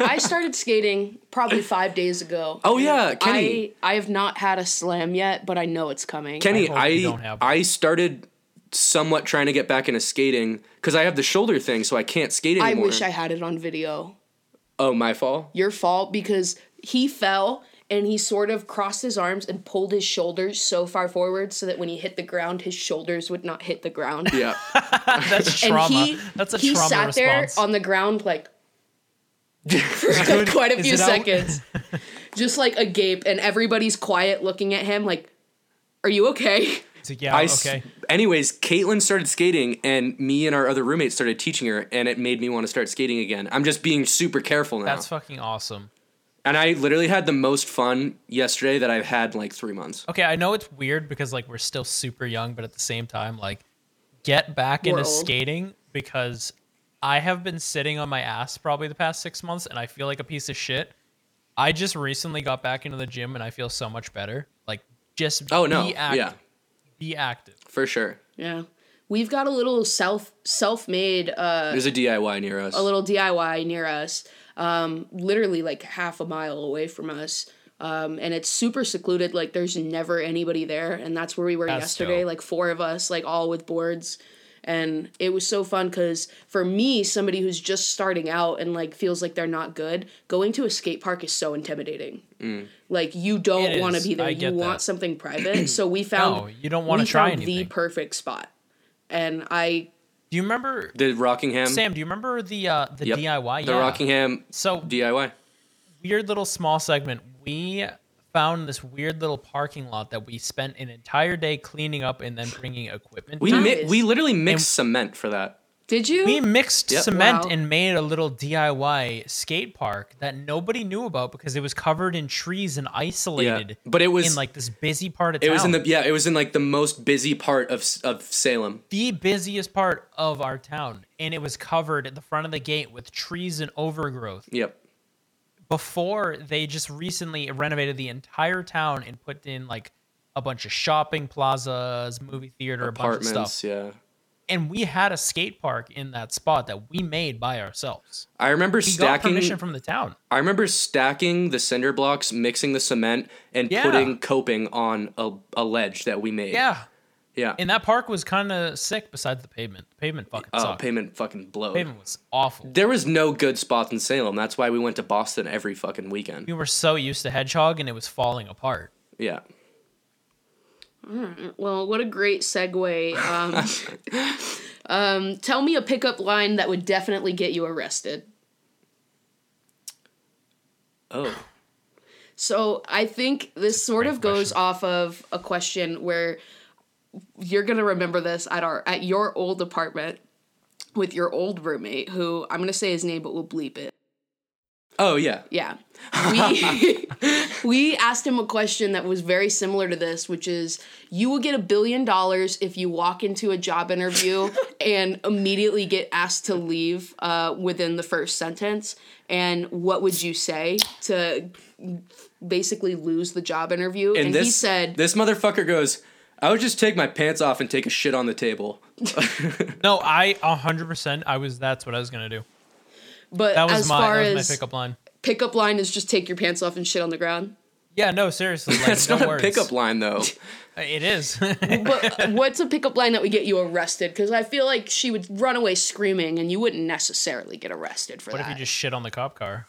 S2: I started skating probably five days ago.
S1: Oh,
S2: and
S1: yeah, Kenny.
S2: I I have not had a slam yet, but I know it's coming.
S1: Kenny,
S3: I hope you don't
S1: I
S3: have
S1: I,
S3: one.
S1: started somewhat trying to get back into skating because I have the shoulder thing, so I can't skate
S2: I
S1: anymore.
S2: wish I had it on video.
S1: oh, my fall.
S2: Your fault because he fell and he sort of crossed his arms and pulled his shoulders so far forward so that when he hit the ground, his shoulders would not hit the ground.
S1: Yeah.
S3: That's
S2: And
S3: trauma.
S2: he
S3: That's a
S2: he
S3: trauma
S2: sat
S3: response.
S2: there on the ground like for quite a
S3: is
S2: few
S3: it out?
S2: seconds, just like a gape, and everybody's quiet looking at him like, "Are you okay?"
S3: It's like, yeah,
S1: I s-
S3: Oh, okay.
S1: anyways, Caitlin started skating, and me and our other roommates started teaching her, and it made me want to start skating again. I'm just being super careful now.
S3: That's fucking awesome.
S1: and I literally had the most fun yesterday that I've had in like three months.
S3: Okay, I know it's weird because like we're still super young, but at the same time, like get back
S2: We're
S3: into
S2: old.
S3: skating because I have been sitting on my ass probably the past six months and I feel like a piece of shit. I just recently got back into the gym and I feel so much better. Like just
S1: Oh no,
S3: be active.
S1: yeah,
S3: Be active.
S1: for sure.
S2: Yeah, we've got a little self self made uh,
S1: There's a DIY near us.
S2: a little DIY near us, um, literally like half a mile away from us. Um, and it's super secluded. Like there's never anybody there, and that's where we were
S3: That's
S2: yesterday.
S3: dope.
S2: Like four of us, like all with boards, and it was so fun. Cause for me, somebody who's just starting out and like feels like they're not good, going to a skate park is so intimidating. Like you don't
S3: Mm. It
S2: want to
S3: is.
S2: be there.
S3: I
S2: You
S3: get
S2: want
S3: that.
S2: something private. so we found
S3: No, you don't wanna
S2: we
S3: try
S2: found the
S3: anything.
S2: perfect spot, and I
S3: Do you remember
S1: the Rockingham.
S3: Sam, do you remember the uh the
S1: Yep.
S3: DIY?
S1: The
S3: Yeah.
S1: Rockingham
S3: So
S1: DIY.
S3: weird little small segment. We found this weird little parking lot that we spent an entire day cleaning up and then bringing equipment.
S1: We
S3: to.
S1: mi-
S2: Nice.
S1: we literally mixed cement for that.
S2: Did you?
S3: we mixed
S1: Yep.
S3: cement
S2: Wow.
S3: and made a little DIY skate park that nobody knew about because it was covered in trees and isolated.
S1: but it was-
S3: in like this busy part of
S1: It
S3: town.
S1: was in the yeah, it was in like the most busy part of S- of Salem.
S3: the busiest part of our town, and it was covered at the front of the gate with trees and overgrowth.
S1: Yep.
S3: before they just recently renovated the entire town and put in like a bunch of shopping plazas, movie theater, a bunch of
S1: Apartments,
S3: stuff.
S1: yeah.
S3: And we had a skate park in that spot that we made by ourselves.
S1: I remember
S3: We got
S1: stacking
S3: permission from the town.
S1: I remember stacking the cinder blocks, mixing the cement, and
S3: Yeah.
S1: putting coping on a, a ledge that we made.
S3: Yeah.
S1: Yeah.
S3: And that park was kind of sick besides the pavement. The pavement fucking
S1: oh,
S3: sucked.
S1: payment fucking blowed.
S3: pavement was awful.
S1: There was no good spots in Salem. That's why we went to Boston every fucking weekend.
S3: We were so used to Hedgehog and it was falling apart.
S1: Yeah.
S2: Well, what a great segue. Um, um, tell me a pickup line that would definitely get you arrested.
S1: Oh.
S2: So I think this sort
S3: great
S2: of goes
S3: question.
S2: off of a question where you're gonna remember this at our at your old apartment with your old roommate, who I'm gonna say his name, but we'll bleep it.
S1: Oh yeah.
S2: Yeah. We, we asked him a question that was very similar to this, which is you will get a billion dollars if you walk into a job interview and immediately get asked to leave uh, within the first sentence. And what would you say to basically lose the job interview? And,
S1: And, this
S2: he said,
S1: this motherfucker goes, I would just take my pants off and take a shit on the table.
S3: No, I 100% I was that's what I was going to do.
S2: but
S3: That was
S2: as
S3: my
S2: far
S3: that was
S2: as
S3: my pickup line.
S2: pickup line is just take your pants off and shit on the ground.
S3: Yeah, no, seriously. Like,
S1: That's
S3: no
S1: not
S3: words.
S1: a pickup line though.
S3: It is.
S2: But uh, what's a pickup line that would get you arrested? Because I feel like she would run away screaming, and you wouldn't necessarily get arrested for
S3: What if
S2: that.
S3: you just shit on the cop car?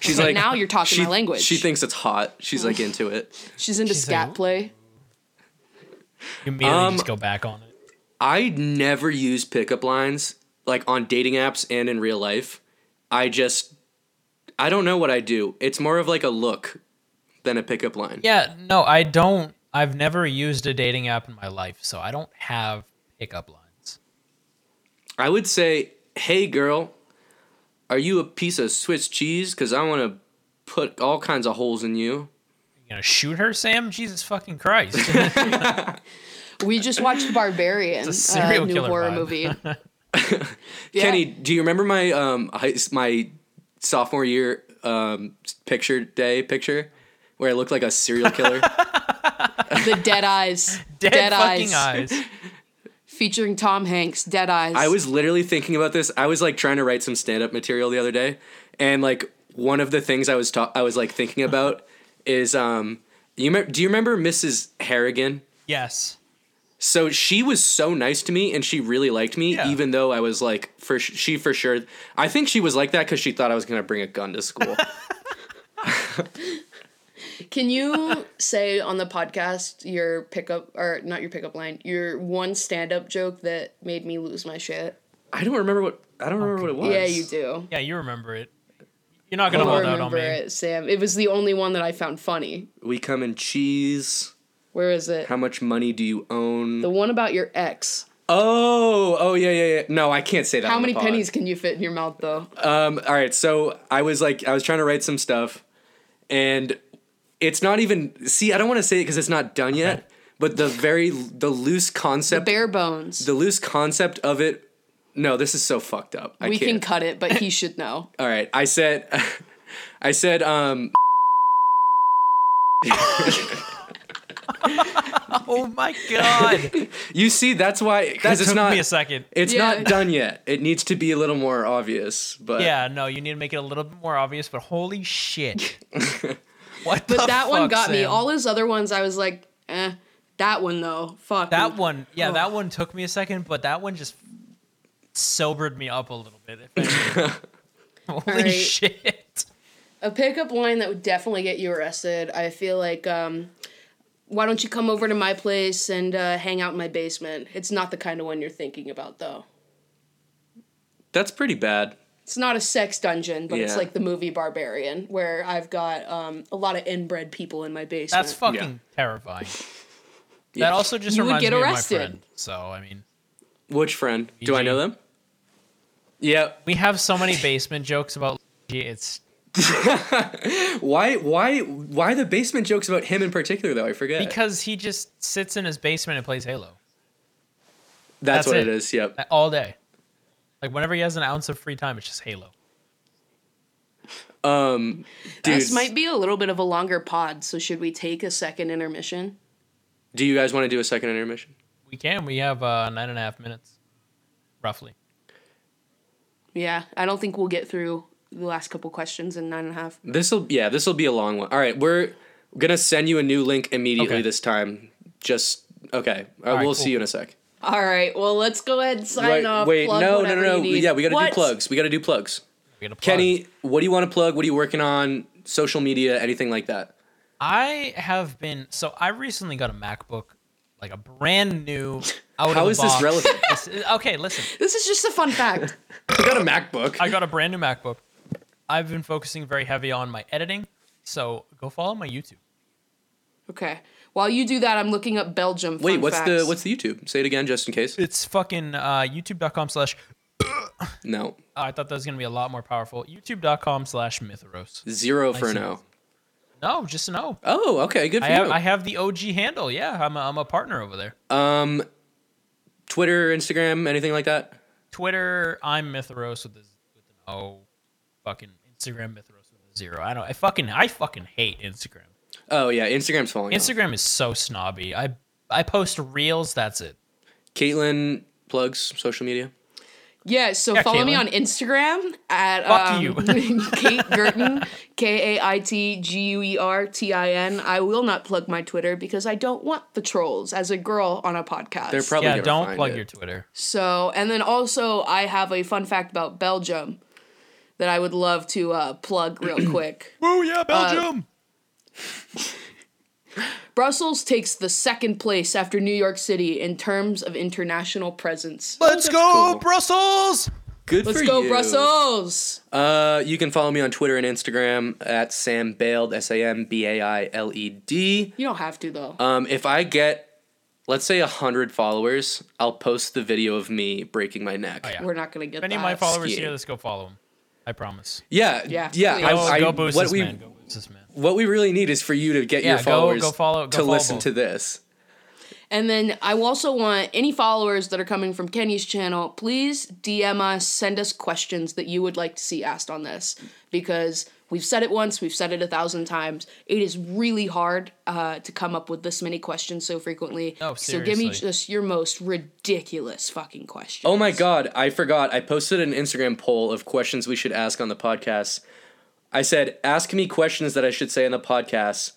S1: She's
S2: But
S1: like
S2: now you're talking
S1: she,
S2: my language.
S1: She thinks it's hot. She's like into it.
S2: she's into
S3: She's
S2: scat
S3: like,
S2: play.
S3: You immediately
S1: Um,
S3: just go back on it.
S1: I never use pickup lines like on dating apps and in real life. I just I don't know what I do. It's more of like a look than a pickup line.
S3: Yeah, no, I don't. I've never used a dating app in my life, so I don't have pickup lines.
S1: I would say, "Hey girl, are you a piece of Swiss cheese cuz I want to put all kinds of holes in you."
S3: You gonna shoot her, Sam? Jesus fucking Christ!
S2: We just watched Barbarian,
S3: It's a
S2: a
S3: serial
S2: new
S3: killer
S2: horror
S3: vibe.
S2: movie. Yeah.
S1: Kenny, do you remember my um high, my sophomore year um picture day picture where I looked like a serial killer?
S2: The Dead Eyes.
S3: Dead, fucking eyes.
S2: Featuring Tom Hanks, Dead Eyes.
S1: I was literally thinking about this. I was like trying to write some stand-up material the other day, and like one of the things I was ta- I was like thinking about is um you me- do you remember Mrs. Harrigan?
S3: Yes.
S1: So she was so nice to me, and she really liked me,
S3: Yeah.
S1: even though I was like for sh- she for sure. I think she was like that because she thought I was gonna bring a gun to school.
S2: Can you say on the podcast your pickup, or not your pickup line, your one stand up joke that made me lose my shit?
S1: I don't remember what I don't remember what it was.
S2: Yeah, you do.
S3: Yeah, you remember it. You're not
S2: I
S3: gonna
S2: don't
S3: hold out on
S2: remember
S3: me.
S2: it, Sam. It was the only one that I found funny.
S1: We come in cheese.
S2: Where is it?
S1: How much money do you own?
S2: The one about your ex.
S1: oh, oh yeah, yeah, yeah. No, I can't say that.
S2: How
S1: on the
S2: many
S1: pod.
S2: pennies can you fit in your mouth, though?
S3: Uh,
S1: Um, all right, so I was like, I was trying to write some stuff, and it's not even. See, I don't want to say it because it's not done yet. But the very the loose
S2: The
S1: concept, the,
S2: bare bones.
S1: loose concept of it. No, this is so fucked up. I
S2: we can
S1: can't.
S2: cut it, but he should know.
S1: all right, I said, I said, um,
S3: Oh my god! It
S1: you see, that's why because it's
S3: took
S1: not.
S3: me a second.
S1: It's
S2: Yeah.
S1: not done yet. It needs to be a little more obvious. But
S3: yeah, no, you need to make it a little bit more obvious. But holy shit!
S2: But
S3: what? the
S2: that one
S3: fuck,
S2: got me.
S3: Sam?
S2: All his other ones, I was like, eh. That one though, fuck.
S3: That one,
S2: Oh.
S3: yeah, that one took me a second, but that one just sobered me up a little bit. If anything. Holy
S2: right.
S3: shit!
S2: A pickup line that would definitely get you arrested. I feel like, um, why don't you come over to my place and uh, hang out in my basement? It's not the kind of one you're thinking about though.
S1: that's pretty bad.
S2: it's not a sex dungeon, but it's
S1: Yeah.
S2: like the movie Barbarian, where I've got um, a lot of inbred people in my basement.
S3: That's fucking terrifying.
S1: Yeah.
S3: That also just
S2: You would
S3: reminds
S2: get
S3: me
S2: arrested.
S3: of my friend. So I mean,
S1: Which friend? Do I
S3: PG.
S1: know them? Yeah.
S3: we have so many basement jokes about. It's
S1: Why? Why? Why the basement jokes about him in particular? Though I forget.
S3: because he just sits in his basement and plays Halo
S1: that's,
S3: that's
S1: what it
S3: it.
S1: is. Yep.
S3: all day. Like whenever he has an ounce of free time, it's just Halo.
S1: Um, dude,
S2: This might be a little bit of a longer pod, so should we take a second intermission?
S1: do you guys want to do a second intermission?
S3: We can. We have uh, nine and a half minutes, roughly.
S2: Yeah, I don't think we'll get through the last couple questions in nine and a half.
S1: This'll yeah, this'll be a long one. All right, we're gonna send you a new link immediately
S3: Okay.
S1: this time. Just okay. Uh,
S3: right,
S1: we'll
S3: cool.
S1: see you in a sec.
S2: All right, well, let's go ahead and sign
S1: Right,
S2: off.
S1: wait,
S2: plug
S1: no, no,
S2: whatever
S1: no, no.
S2: you need.
S1: Yeah, we gotta
S2: What?
S1: do plugs. We gotta do plugs.
S3: We gotta plug.
S1: Kenny, what do you want to plug? What are you working on? Social media, anything like that?
S3: I have been. So I recently got a MacBook, like a brand new. Out
S1: How
S3: of
S1: is
S3: the
S1: this
S3: box.
S1: relevant?
S3: This is- okay, listen.
S2: This is just a fun fact.
S1: I got a MacBook.
S3: I got a brand new MacBook. I've been focusing very heavy on my editing, so go follow my YouTube.
S2: okay. While you do that, I'm looking up Belgium.
S1: Wait,
S2: fun
S1: what's
S2: facts.
S1: the what's the YouTube? Say it again, just in case.
S3: It's fucking uh, youtube.com slash.
S1: No,
S3: I thought that was gonna be a lot more powerful. YouTube.com slash Mythros.
S1: zero for
S3: see.
S1: now.
S3: No, just an O.
S1: Oh, okay, good for
S3: I have,
S1: you.
S3: I have the OG handle. Yeah, I'm a, I'm a partner over there.
S1: um, Twitter, Instagram, anything like that?
S3: Twitter, I'm Mythros with, this, with an O. Fucking Instagram, Mythros with a zero. I don't. I fucking. I fucking hate Instagram.
S1: Oh yeah, Instagram's falling. off.
S3: Instagram is so snobby. I I post reels. That's it.
S1: Caitlin plugs social media.
S2: Yeah, so
S3: Yeah,
S2: follow me
S3: Caitlin.
S2: on Instagram at
S3: Fuck
S2: um,
S3: you.
S2: Kate Gurton, K A I T G U E R T I N. I will not plug my Twitter because I don't want the trolls as a girl on a podcast.
S1: They're probably
S3: Yeah,
S1: gonna
S3: don't
S1: find
S3: plug
S1: it.
S3: your Twitter.
S2: so, and then also I have a fun fact about Belgium that I would love to uh, plug real quick.
S3: Woo yeah, Belgium.
S2: Brussels takes the second place after New York City in terms of international presence.
S3: Let's go,
S1: cool.
S3: Brussels.
S1: Good
S2: Let's
S1: for
S2: go,
S1: you.
S2: Brussels!
S1: Uh, you can follow me on Twitter and Instagram at Sam Bailed, S A M B A I L E D.
S2: You don't have to, though.
S1: Um, if I get, let's say, 100 followers, I'll post the video of me breaking my neck.
S3: Oh, yeah.
S2: We're not going to get
S3: If any
S2: that.
S3: of my followers
S1: skiing.
S3: here, let's go follow them. I promise.
S1: Yeah.
S2: Yeah,
S1: yeah,
S2: please.
S1: I-
S3: Go,
S1: I-
S3: go boost
S1: what
S3: this
S1: we,
S3: man. Go boost this man.
S1: What we really need is for you to get
S3: Yeah,
S1: your
S3: go-
S1: followers
S3: go follow- go
S1: to
S3: follow
S1: listen
S3: both.
S1: to this.
S2: And then I also want any followers that are coming from Kenny's channel, please DM us, send us questions that you would like to see asked on this because we've said it once, we've said it a thousand times. It is really hard uh, to come up with this many questions so frequently.
S3: No,
S2: so give me
S3: seriously.
S2: just your most ridiculous fucking question.
S1: Oh my God, I forgot. I posted an Instagram poll of questions we should ask on the podcast. I said, ask me questions that I should say on the podcast.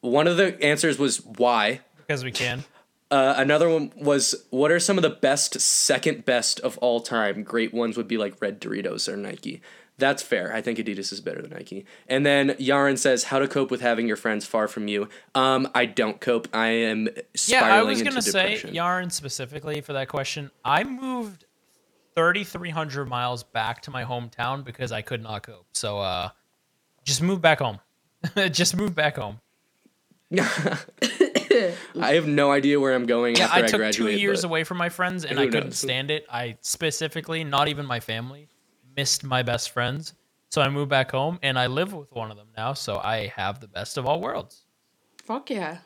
S1: One of the answers was why.
S3: Because we can.
S1: Uh, another one was what are some of the best second best of all time great ones would be like red doritos or nike that's fair i think adidas is better than nike and then yaron says how to cope with having your friends far from you um i don't cope i am
S3: Yeah,
S1: spiraling
S3: I was
S1: into
S3: gonna say
S1: depression
S3: Yarn specifically for that question. I moved 3,300 miles back to my hometown because I could not cope. So, uh, just move back home. just move back home.
S1: i have no idea where i'm going
S3: Yeah,
S1: after
S3: I
S1: i,
S3: took two
S1: graduate
S3: years
S1: but-
S3: away from my friends and
S1: Who
S3: I couldn't
S1: knows?
S3: stand it. I specifically, not even my family, missed my best friends. So I moved back home and I live with one of them now. So I have the best of all worlds.
S2: Fuck yeah.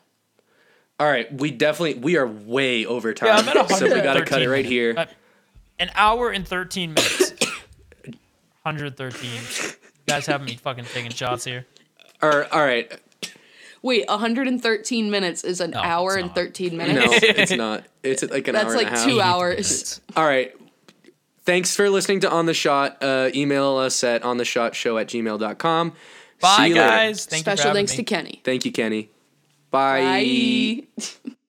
S1: all right we definitely we are way over
S3: Yeah,
S1: time
S3: I'm at
S1: so we gotta cut it
S3: 113
S1: right here
S3: minutes. An hour and 13 minutes. 113. You guys have me fucking taking shots here.
S1: or all right
S2: Wait, 113 minutes is an
S3: it's
S2: hour and
S3: not.
S2: 13 minutes.
S1: no it's not it's like an
S2: That's
S1: hour and
S2: like
S1: a half.
S2: two hours.
S1: All right. Thanks for listening to On the Shot. Uh, email us at ontheshotshow at gmail.com.
S3: Bye,
S1: See you later.
S3: guys. Thank you for
S2: Special
S3: having
S2: thanks
S3: me.
S2: to Kenny.
S1: Thank you, Kenny.
S2: Bye.